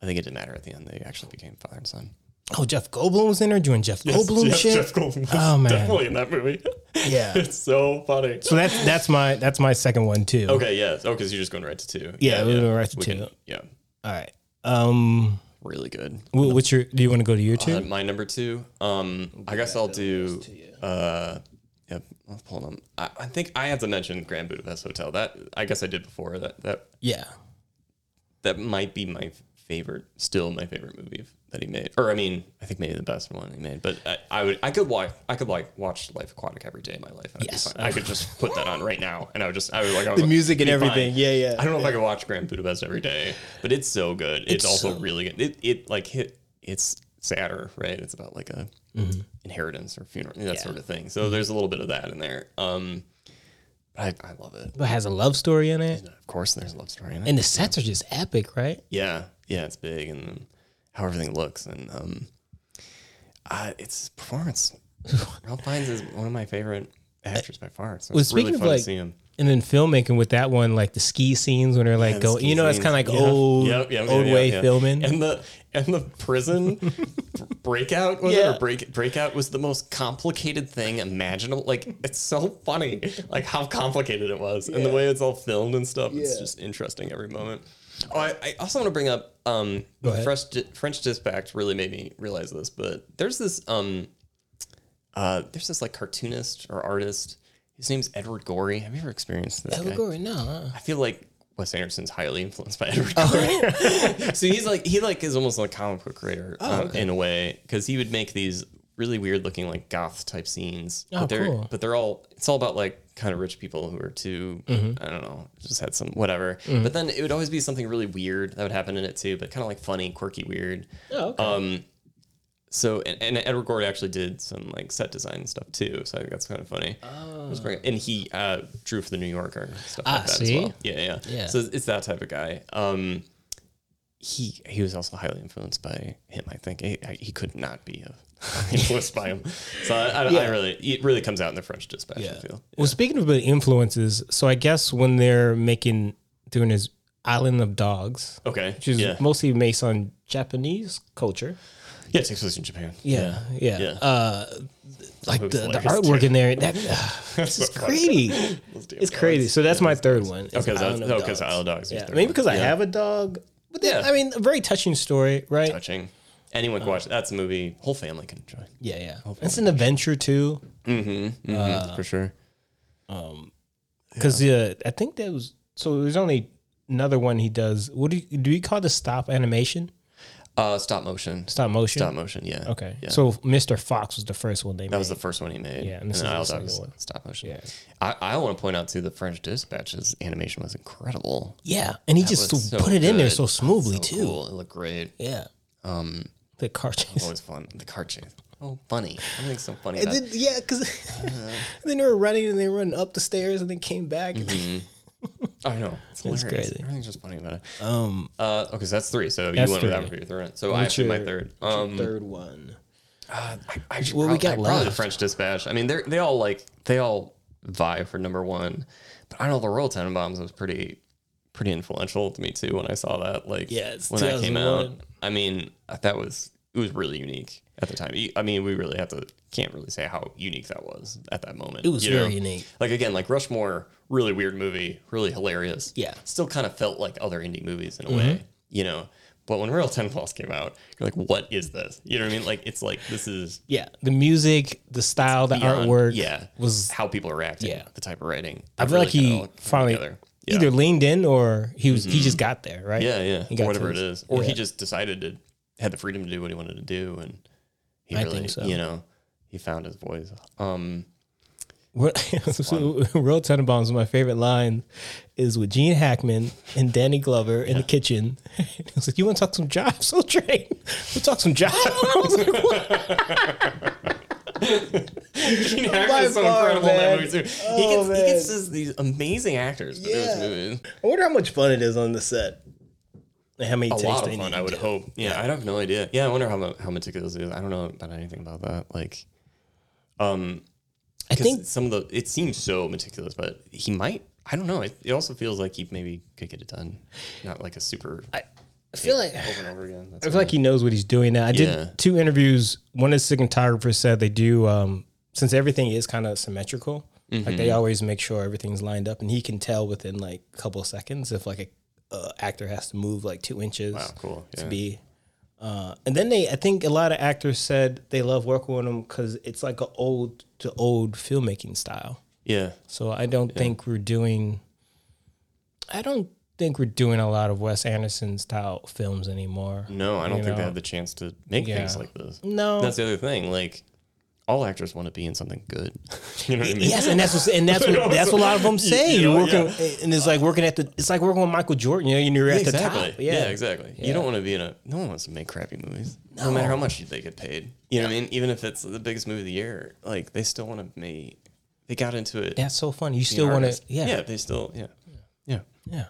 Speaker 4: I think it didn't matter at the end. They actually became father and son.
Speaker 1: Oh, Jeff Goldblum was in there doing Jeff Goldblum
Speaker 4: Jeff,
Speaker 1: shit.
Speaker 4: Jeff Goldblum was
Speaker 1: Oh, man.
Speaker 4: definitely in that movie.
Speaker 1: Yeah.
Speaker 4: it's so funny.
Speaker 1: So that's that's my that's my second one too.
Speaker 4: Okay, yes. Oh, because you're just going right to two.
Speaker 1: Yeah, we're going right to
Speaker 4: We
Speaker 1: two.
Speaker 4: yeah.
Speaker 1: All right. Um,
Speaker 4: Really good.
Speaker 1: wh- what's your? Do you want to go to your two?
Speaker 4: Uh, my number two. Um, I guess I'll do. Uh, yep. I'll pull them. I, I think I have to mention Grand Budapest Hotel. That I guess I did before. That that
Speaker 1: yeah.
Speaker 4: that might be my favorite, still my favorite movie that he made. Or I mean, I think maybe the best one he made. But I, I would, I could watch, I could like watch Life Aquatic every day of my life. And I'd be
Speaker 1: Yes.
Speaker 4: fine. I could just put that on right now, and I would just, I would like I
Speaker 1: The
Speaker 4: would
Speaker 1: music and
Speaker 4: be
Speaker 1: everything. Yeah, yeah.
Speaker 4: I don't know if I could watch Grand Budapest every day, but it's so good. It's, also really good. It, it like hit. It's sadder, right? It's about like a
Speaker 1: Mm-hmm.
Speaker 4: inheritance or funeral, that sort of thing. So there's a little bit of that in there. Um, but I, I love it.
Speaker 1: But it has a love story in it,
Speaker 4: Of course, there's a love story in it.
Speaker 1: and the sets are just epic, right?
Speaker 4: Yeah, yeah, it's big and how everything looks and um, uh, it's performance. Ralph Fiennes is one of my favorite actors by far. So
Speaker 1: Well,
Speaker 4: it's really
Speaker 1: speaking of,
Speaker 4: fun
Speaker 1: like,
Speaker 4: to see him.
Speaker 1: And then filmmaking with that one, like the ski scenes when they're like
Speaker 4: And
Speaker 1: go,
Speaker 4: ski
Speaker 1: you know, it's
Speaker 4: scenes.
Speaker 1: kind of like
Speaker 4: Yeah.
Speaker 1: old,
Speaker 4: Yep, yep,
Speaker 1: old
Speaker 4: yep,
Speaker 1: way
Speaker 4: yep.
Speaker 1: filming.
Speaker 4: And the and the prison breakout was it
Speaker 1: Yeah.
Speaker 4: or break breakout was the most complicated thing imaginable. Like it's so funny, like how complicated it was, and the way it's all filmed and stuff. It's just interesting every moment. Oh, I, I also want to bring up um, the
Speaker 1: ahead.
Speaker 4: French, Di- French Dispatch really made me realize this, but there's this um, uh, there's this like cartoonist or artist. His name's Edward Gorey. Have you ever experienced this? guy?
Speaker 1: Allegory, no, uh,
Speaker 4: I feel like Wes Anderson's highly influenced by Edward
Speaker 1: Oh.
Speaker 4: Cullen. so he's like he like is almost like a comic book creator uh, in a way because he would make these really weird looking like goth type scenes.
Speaker 1: Oh,
Speaker 4: but they're
Speaker 1: cool.
Speaker 4: but they're all it's all about like kind of rich people who are too
Speaker 1: Mm-hmm.
Speaker 4: I don't know just had some whatever. But then it would always be something really weird that would happen in it too, but kind of like funny, quirky, weird.
Speaker 1: Oh, okay.
Speaker 4: Um, so and, and Edward Gord actually did some like set design and stuff too, so I think that's kind of funny. Just bring- And he uh, drew for the New Yorker and stuff
Speaker 1: Oh. Ah,
Speaker 4: like that
Speaker 1: see?
Speaker 4: as well. Yeah, yeah,
Speaker 1: Yeah.
Speaker 4: So it's that type of guy. Um, he he was also highly influenced by him. I think he, I- he could not be uh, influenced by him. So I, I, I really it really comes out in the French Dispatch. I feel.
Speaker 1: Well, speaking about influences, so I guess when they're making doing his Island of Dogs,
Speaker 4: Okay.
Speaker 1: which is
Speaker 4: yeah.
Speaker 1: mostly based on Japanese culture.
Speaker 4: yeah. It takes place in Japan.
Speaker 1: Yeah, yeah.
Speaker 4: Yeah.
Speaker 1: Uh, like the,
Speaker 4: movie's
Speaker 1: the
Speaker 4: hilarious,
Speaker 1: artwork
Speaker 4: too.
Speaker 1: in there, that this is crazy. It's crazy. So that's my third one. is
Speaker 4: Okay, so
Speaker 1: Island of
Speaker 4: that's- okay, so
Speaker 1: Dogs.
Speaker 4: Isle Oh, of Dogs is
Speaker 1: Yeah,
Speaker 4: third
Speaker 1: maybe
Speaker 4: one.
Speaker 1: because I
Speaker 4: Yeah.
Speaker 1: have a dog. But then,
Speaker 4: Yeah.
Speaker 1: I mean, a very touching story, right?
Speaker 4: Touching. Anyone
Speaker 1: Uh.
Speaker 4: can watch. it. That's a movie whole family can enjoy.
Speaker 1: Yeah, yeah. It's an adventure too, Uh.
Speaker 4: for sure.
Speaker 1: because uh, I think that was so. There's only another one he does. What do you, do you call the stop animation?
Speaker 4: Uh, stop motion.
Speaker 1: Stop motion.
Speaker 4: Stop motion. Yeah.
Speaker 1: Okay.
Speaker 4: Yeah.
Speaker 1: So Mr. Fox was the first one they
Speaker 4: That
Speaker 1: made.
Speaker 4: was the first one he made.
Speaker 1: Yeah, and this
Speaker 4: then
Speaker 1: is
Speaker 4: Isle
Speaker 1: the
Speaker 4: of Dogs,
Speaker 1: second one.
Speaker 4: Stop motion.
Speaker 1: Yeah.
Speaker 4: I, I want to point out too the French Dispatch's animation was incredible.
Speaker 1: yeah, and he just
Speaker 4: was so
Speaker 1: put it in there
Speaker 4: good.
Speaker 1: so smoothly
Speaker 4: So
Speaker 1: too.
Speaker 4: cool. It looked great.
Speaker 1: Yeah. Um, the cartoons.
Speaker 4: Always fun. The car chase. Oh, funny. Everything's so funny.
Speaker 1: And
Speaker 4: about
Speaker 1: then,
Speaker 4: it.
Speaker 1: yeah, because
Speaker 4: Uh-huh.
Speaker 1: then they were running and they were running up the stairs and then came back.
Speaker 4: Mm-hmm. I know. It's, hilarious.
Speaker 1: crazy.
Speaker 4: Everything's just funny about it. Um. Uh. Okay. So that's three. So
Speaker 1: That's
Speaker 4: you went with that
Speaker 1: three.
Speaker 4: for your third. So I actually my third. Um.
Speaker 1: third one.
Speaker 4: Uh, I should
Speaker 1: Well, we
Speaker 4: prob-
Speaker 1: got
Speaker 4: I probably the
Speaker 1: left.
Speaker 4: French Dispatch. I mean, they they all like they all vie for number one, but I don't know the Royal Tenenbaums was pretty pretty influential to me too when I saw that. Like,
Speaker 1: Yeah, it's
Speaker 4: when that came out,
Speaker 1: 2001.
Speaker 4: I mean, uh, that was it was really unique at the time. You- I mean, we really have to can't really say how unique that was at that moment.
Speaker 1: It was very unique.
Speaker 4: Like again, like Rushmore, really weird movie, really hilarious.
Speaker 1: Yeah.
Speaker 4: still kind of felt like other indie movies in
Speaker 1: Mm-hmm.
Speaker 4: a way, you know. But when Royal Tenenbaums came out, you're like, what is this? You know what I mean? Like, it's like this is
Speaker 1: Yeah, the music, the style, the
Speaker 4: beyond-
Speaker 1: artwork.
Speaker 4: yeah,
Speaker 1: was-
Speaker 4: how people are acting,
Speaker 1: yeah.
Speaker 4: the type of writing.
Speaker 1: I feel like he finally either
Speaker 4: either
Speaker 1: Mm-hmm. leaned in or he was he just got there, right?
Speaker 4: yeah, yeah,
Speaker 1: He got
Speaker 4: whatever
Speaker 1: to
Speaker 4: it
Speaker 1: his-
Speaker 4: is, or
Speaker 1: yeah.
Speaker 4: he just decided to had the freedom to do what he wanted to do, and he
Speaker 1: I
Speaker 4: really,
Speaker 1: think so.
Speaker 4: you know, he found his voice. Um,
Speaker 1: What, so, Royal Tenenbaums, my favorite line is with Gene Hackman and Danny Glover in the kitchen. It was like, You want to talk some jobs? So train. We'll talk some jobs. I was like, "What?"
Speaker 4: Gene
Speaker 1: By
Speaker 4: Hackman's so
Speaker 1: far, Oh
Speaker 4: incredible in that
Speaker 1: man.
Speaker 4: movie too.
Speaker 1: Oh,
Speaker 4: he gets he gets
Speaker 1: man.
Speaker 4: just these amazing actors to do his
Speaker 1: Yeah.
Speaker 4: movies.
Speaker 1: I wonder how much fun it is on the set. And how many
Speaker 4: a
Speaker 1: takes
Speaker 4: lot
Speaker 1: they
Speaker 4: of fun,
Speaker 1: need
Speaker 4: I
Speaker 1: to
Speaker 4: would
Speaker 1: do.
Speaker 4: hope. Yeah, I have no idea. Yeah, I wonder how mu- how meticulous it is. I don't know about anything about that. Like, um,
Speaker 1: I
Speaker 4: because
Speaker 1: think
Speaker 4: some of the it seems so meticulous, but he might. I don't know. It, it also feels like he maybe could get it done. Not like a super
Speaker 1: I feel like
Speaker 4: over and over again. That's
Speaker 1: I feel like he knows what he's doing now. I
Speaker 4: Yeah.
Speaker 1: did two interviews. One is cinematographer said they do um, since everything is kind of symmetrical. Like
Speaker 4: Mm-hmm.
Speaker 1: they always make sure everything's lined up, and he can tell within like a couple of seconds if like a uh, actor has to move like two inches
Speaker 4: Wow, cool,
Speaker 1: to
Speaker 4: yeah.
Speaker 1: be. Uh, and then they, I think a lot of actors said they love working with him because it's like an old to old filmmaking style.
Speaker 4: yeah.
Speaker 1: So I don't think we're doing. I don't think we're doing a lot of Wes Anderson style films anymore.
Speaker 4: No, I don't
Speaker 1: You
Speaker 4: think they
Speaker 1: know?
Speaker 4: have the chance to make things
Speaker 1: Yeah.
Speaker 4: like this.
Speaker 1: No.
Speaker 4: that's the other thing. Like, all actors want to be in something good. you know what I mean?
Speaker 1: Yes, and that's what, and that's what that's what a lot of them say.
Speaker 4: You
Speaker 1: You
Speaker 4: know,
Speaker 1: are working, and it's like working at the. It's like working with Michael Jordan. You know, you're at
Speaker 4: exactly.
Speaker 1: the top.
Speaker 4: Yeah.
Speaker 1: Yeah,
Speaker 4: exactly. You don't want to be in a. No one wants to make crappy movies, no, matter how much they get paid. You know what I mean? Even if it's the biggest movie of the year, like they still want to make. They got into it.
Speaker 1: That's so funny. You
Speaker 4: being
Speaker 1: still want to,
Speaker 4: artists.
Speaker 1: yeah,
Speaker 4: Yeah,
Speaker 1: yeah,
Speaker 4: they still. Yeah, yeah.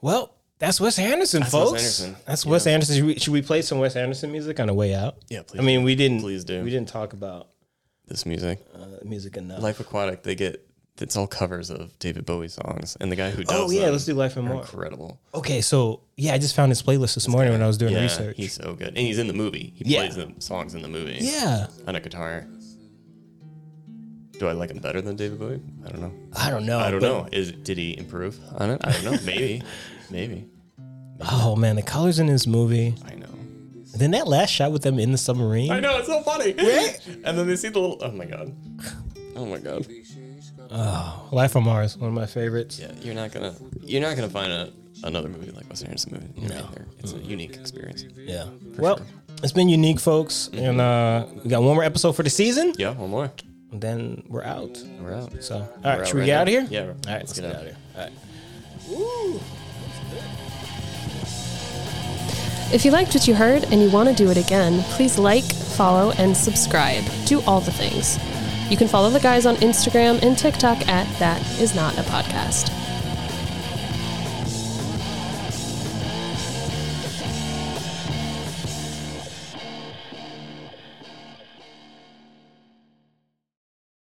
Speaker 1: Well, that's Wes Anderson,
Speaker 4: Wes
Speaker 1: folks.
Speaker 4: Anderson.
Speaker 1: That's Wes Anderson. Should we, should we play some Wes Anderson music on the way out?
Speaker 4: Yeah, please
Speaker 1: I mean,
Speaker 4: do.
Speaker 1: we didn't.
Speaker 4: Please do.
Speaker 1: We didn't talk about
Speaker 4: This music,
Speaker 1: uh, music enough.
Speaker 4: Life Aquatic, they get. It's all covers of David Bowie songs, and the guy who does.
Speaker 1: oh yeah,
Speaker 4: them
Speaker 1: let's do Life and
Speaker 4: are
Speaker 1: More.
Speaker 4: Incredible.
Speaker 1: Okay, so yeah, I just found his playlist this morning when I was doing
Speaker 4: Yeah,
Speaker 1: research.
Speaker 4: he's so good, and he's in the movie. He
Speaker 1: Yeah.
Speaker 4: plays the songs in the movie.
Speaker 1: yeah,
Speaker 4: on a guitar. Do I like him better than David Bowie? I don't know.
Speaker 1: I don't know.
Speaker 4: I don't
Speaker 1: but-
Speaker 4: know. Is did he improve on it? I don't know. Maybe, maybe.
Speaker 1: Oh man, the colors in this movie.
Speaker 4: I know.
Speaker 1: Then that last shot with them in the submarine.
Speaker 4: I know. It's so funny. Right? and then they see the little. Oh my god. Oh my god.
Speaker 1: Life on Mars, one of my favorites.
Speaker 4: Yeah, you're not gonna. You're not gonna find a another movie like Wes Anderson movie. You know what I mean? They're- It's a unique experience.
Speaker 1: Yeah. Well, it's been unique, folks, and uh, we got one more episode for the season,
Speaker 4: Yeah. One more.
Speaker 1: and then we're out.
Speaker 4: We're out.
Speaker 1: So, all
Speaker 4: We're
Speaker 1: right,
Speaker 4: out
Speaker 1: should we
Speaker 4: right
Speaker 1: get
Speaker 4: now.
Speaker 1: out of here?
Speaker 4: Yeah.
Speaker 1: All right, let's get out of here. All right.
Speaker 3: If you liked what you heard and you want to do it again, please like, follow, and subscribe. Do all the things. You can follow the guys on Instagram and TikTok at That Is Not a Podcast.